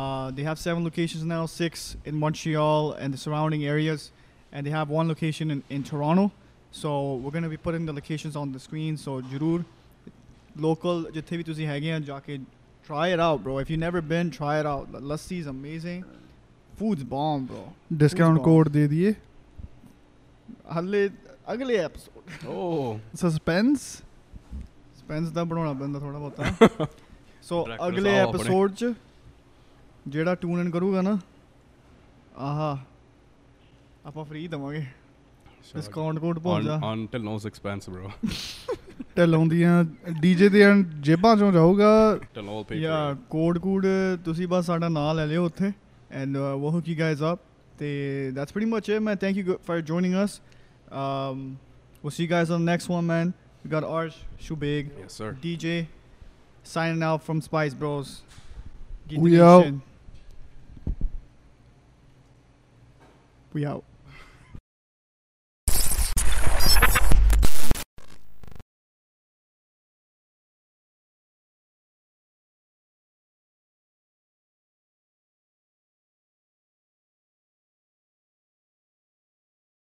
[SPEAKER 4] Uh, they have seven locations now, six in Montreal and the surrounding areas, and they have one location in, in Toronto. So we're gonna be putting the locations on the screen. So Jurur, local ਜਿੱਥੇ ਵੀ ਤੁਸੀਂ ਹੈਗੇ ਆ ਜਾ ਕੇ try it out, bro. If you never been, try it out. L- Lassi is amazing. Food's bomb, bro.
[SPEAKER 1] Discount
[SPEAKER 4] Food's bomb.
[SPEAKER 1] Code दे दिए
[SPEAKER 4] हल्ले अगले एपिसोड
[SPEAKER 2] Oh,
[SPEAKER 1] सस्पेंस
[SPEAKER 4] ਸਪੈਂਸ ਦਾ ਬਣਾਉਣਾ ਪੈਂਦਾ ਥੋੜਾ ਬਹੁਤਾ ਸੋ
[SPEAKER 2] Directors
[SPEAKER 4] ਅਗਲੇ
[SPEAKER 2] ਆਓ ਆਪਣੇ।
[SPEAKER 4] ਐਪੀਸੋਡ ਚ ਜਿਹੜਾ ਟੂਨ ਇਨ ਕਰੂਗਾ ਨਾ ਆਹਾ ਆਪਾਂ ਫ੍ਰੀ ਦਵਾਂਗੇ ਡਿਸਕਾਊਂਟ ਕੋਡ
[SPEAKER 2] on,
[SPEAKER 4] ਪਹੁੰਚਾ
[SPEAKER 2] until nose expense, bro.
[SPEAKER 1] Dhillon ਦੀਆਂ ਡੀਜੇ ਦੀਆਂ ਜੇਬਾਂ ਚੋਂ ਜਾਊਗਾ
[SPEAKER 2] Till all paper.
[SPEAKER 4] Yeah code code ਤੁਸੀਂ ਬਸ ਸਾਡਾ ਨਾਮ ਲੈ ਲਿਓ ਉੱਥੇ and we'll hook you guys up ਤੇ that's pretty much it man thank you go- for joining us um we'll see you guys on the next one man we got Arsh Shubeg
[SPEAKER 2] Yes, sir.
[SPEAKER 4] DJ signing out from Spice Bros Get
[SPEAKER 1] We
[SPEAKER 4] the
[SPEAKER 1] out.
[SPEAKER 4] shit. we out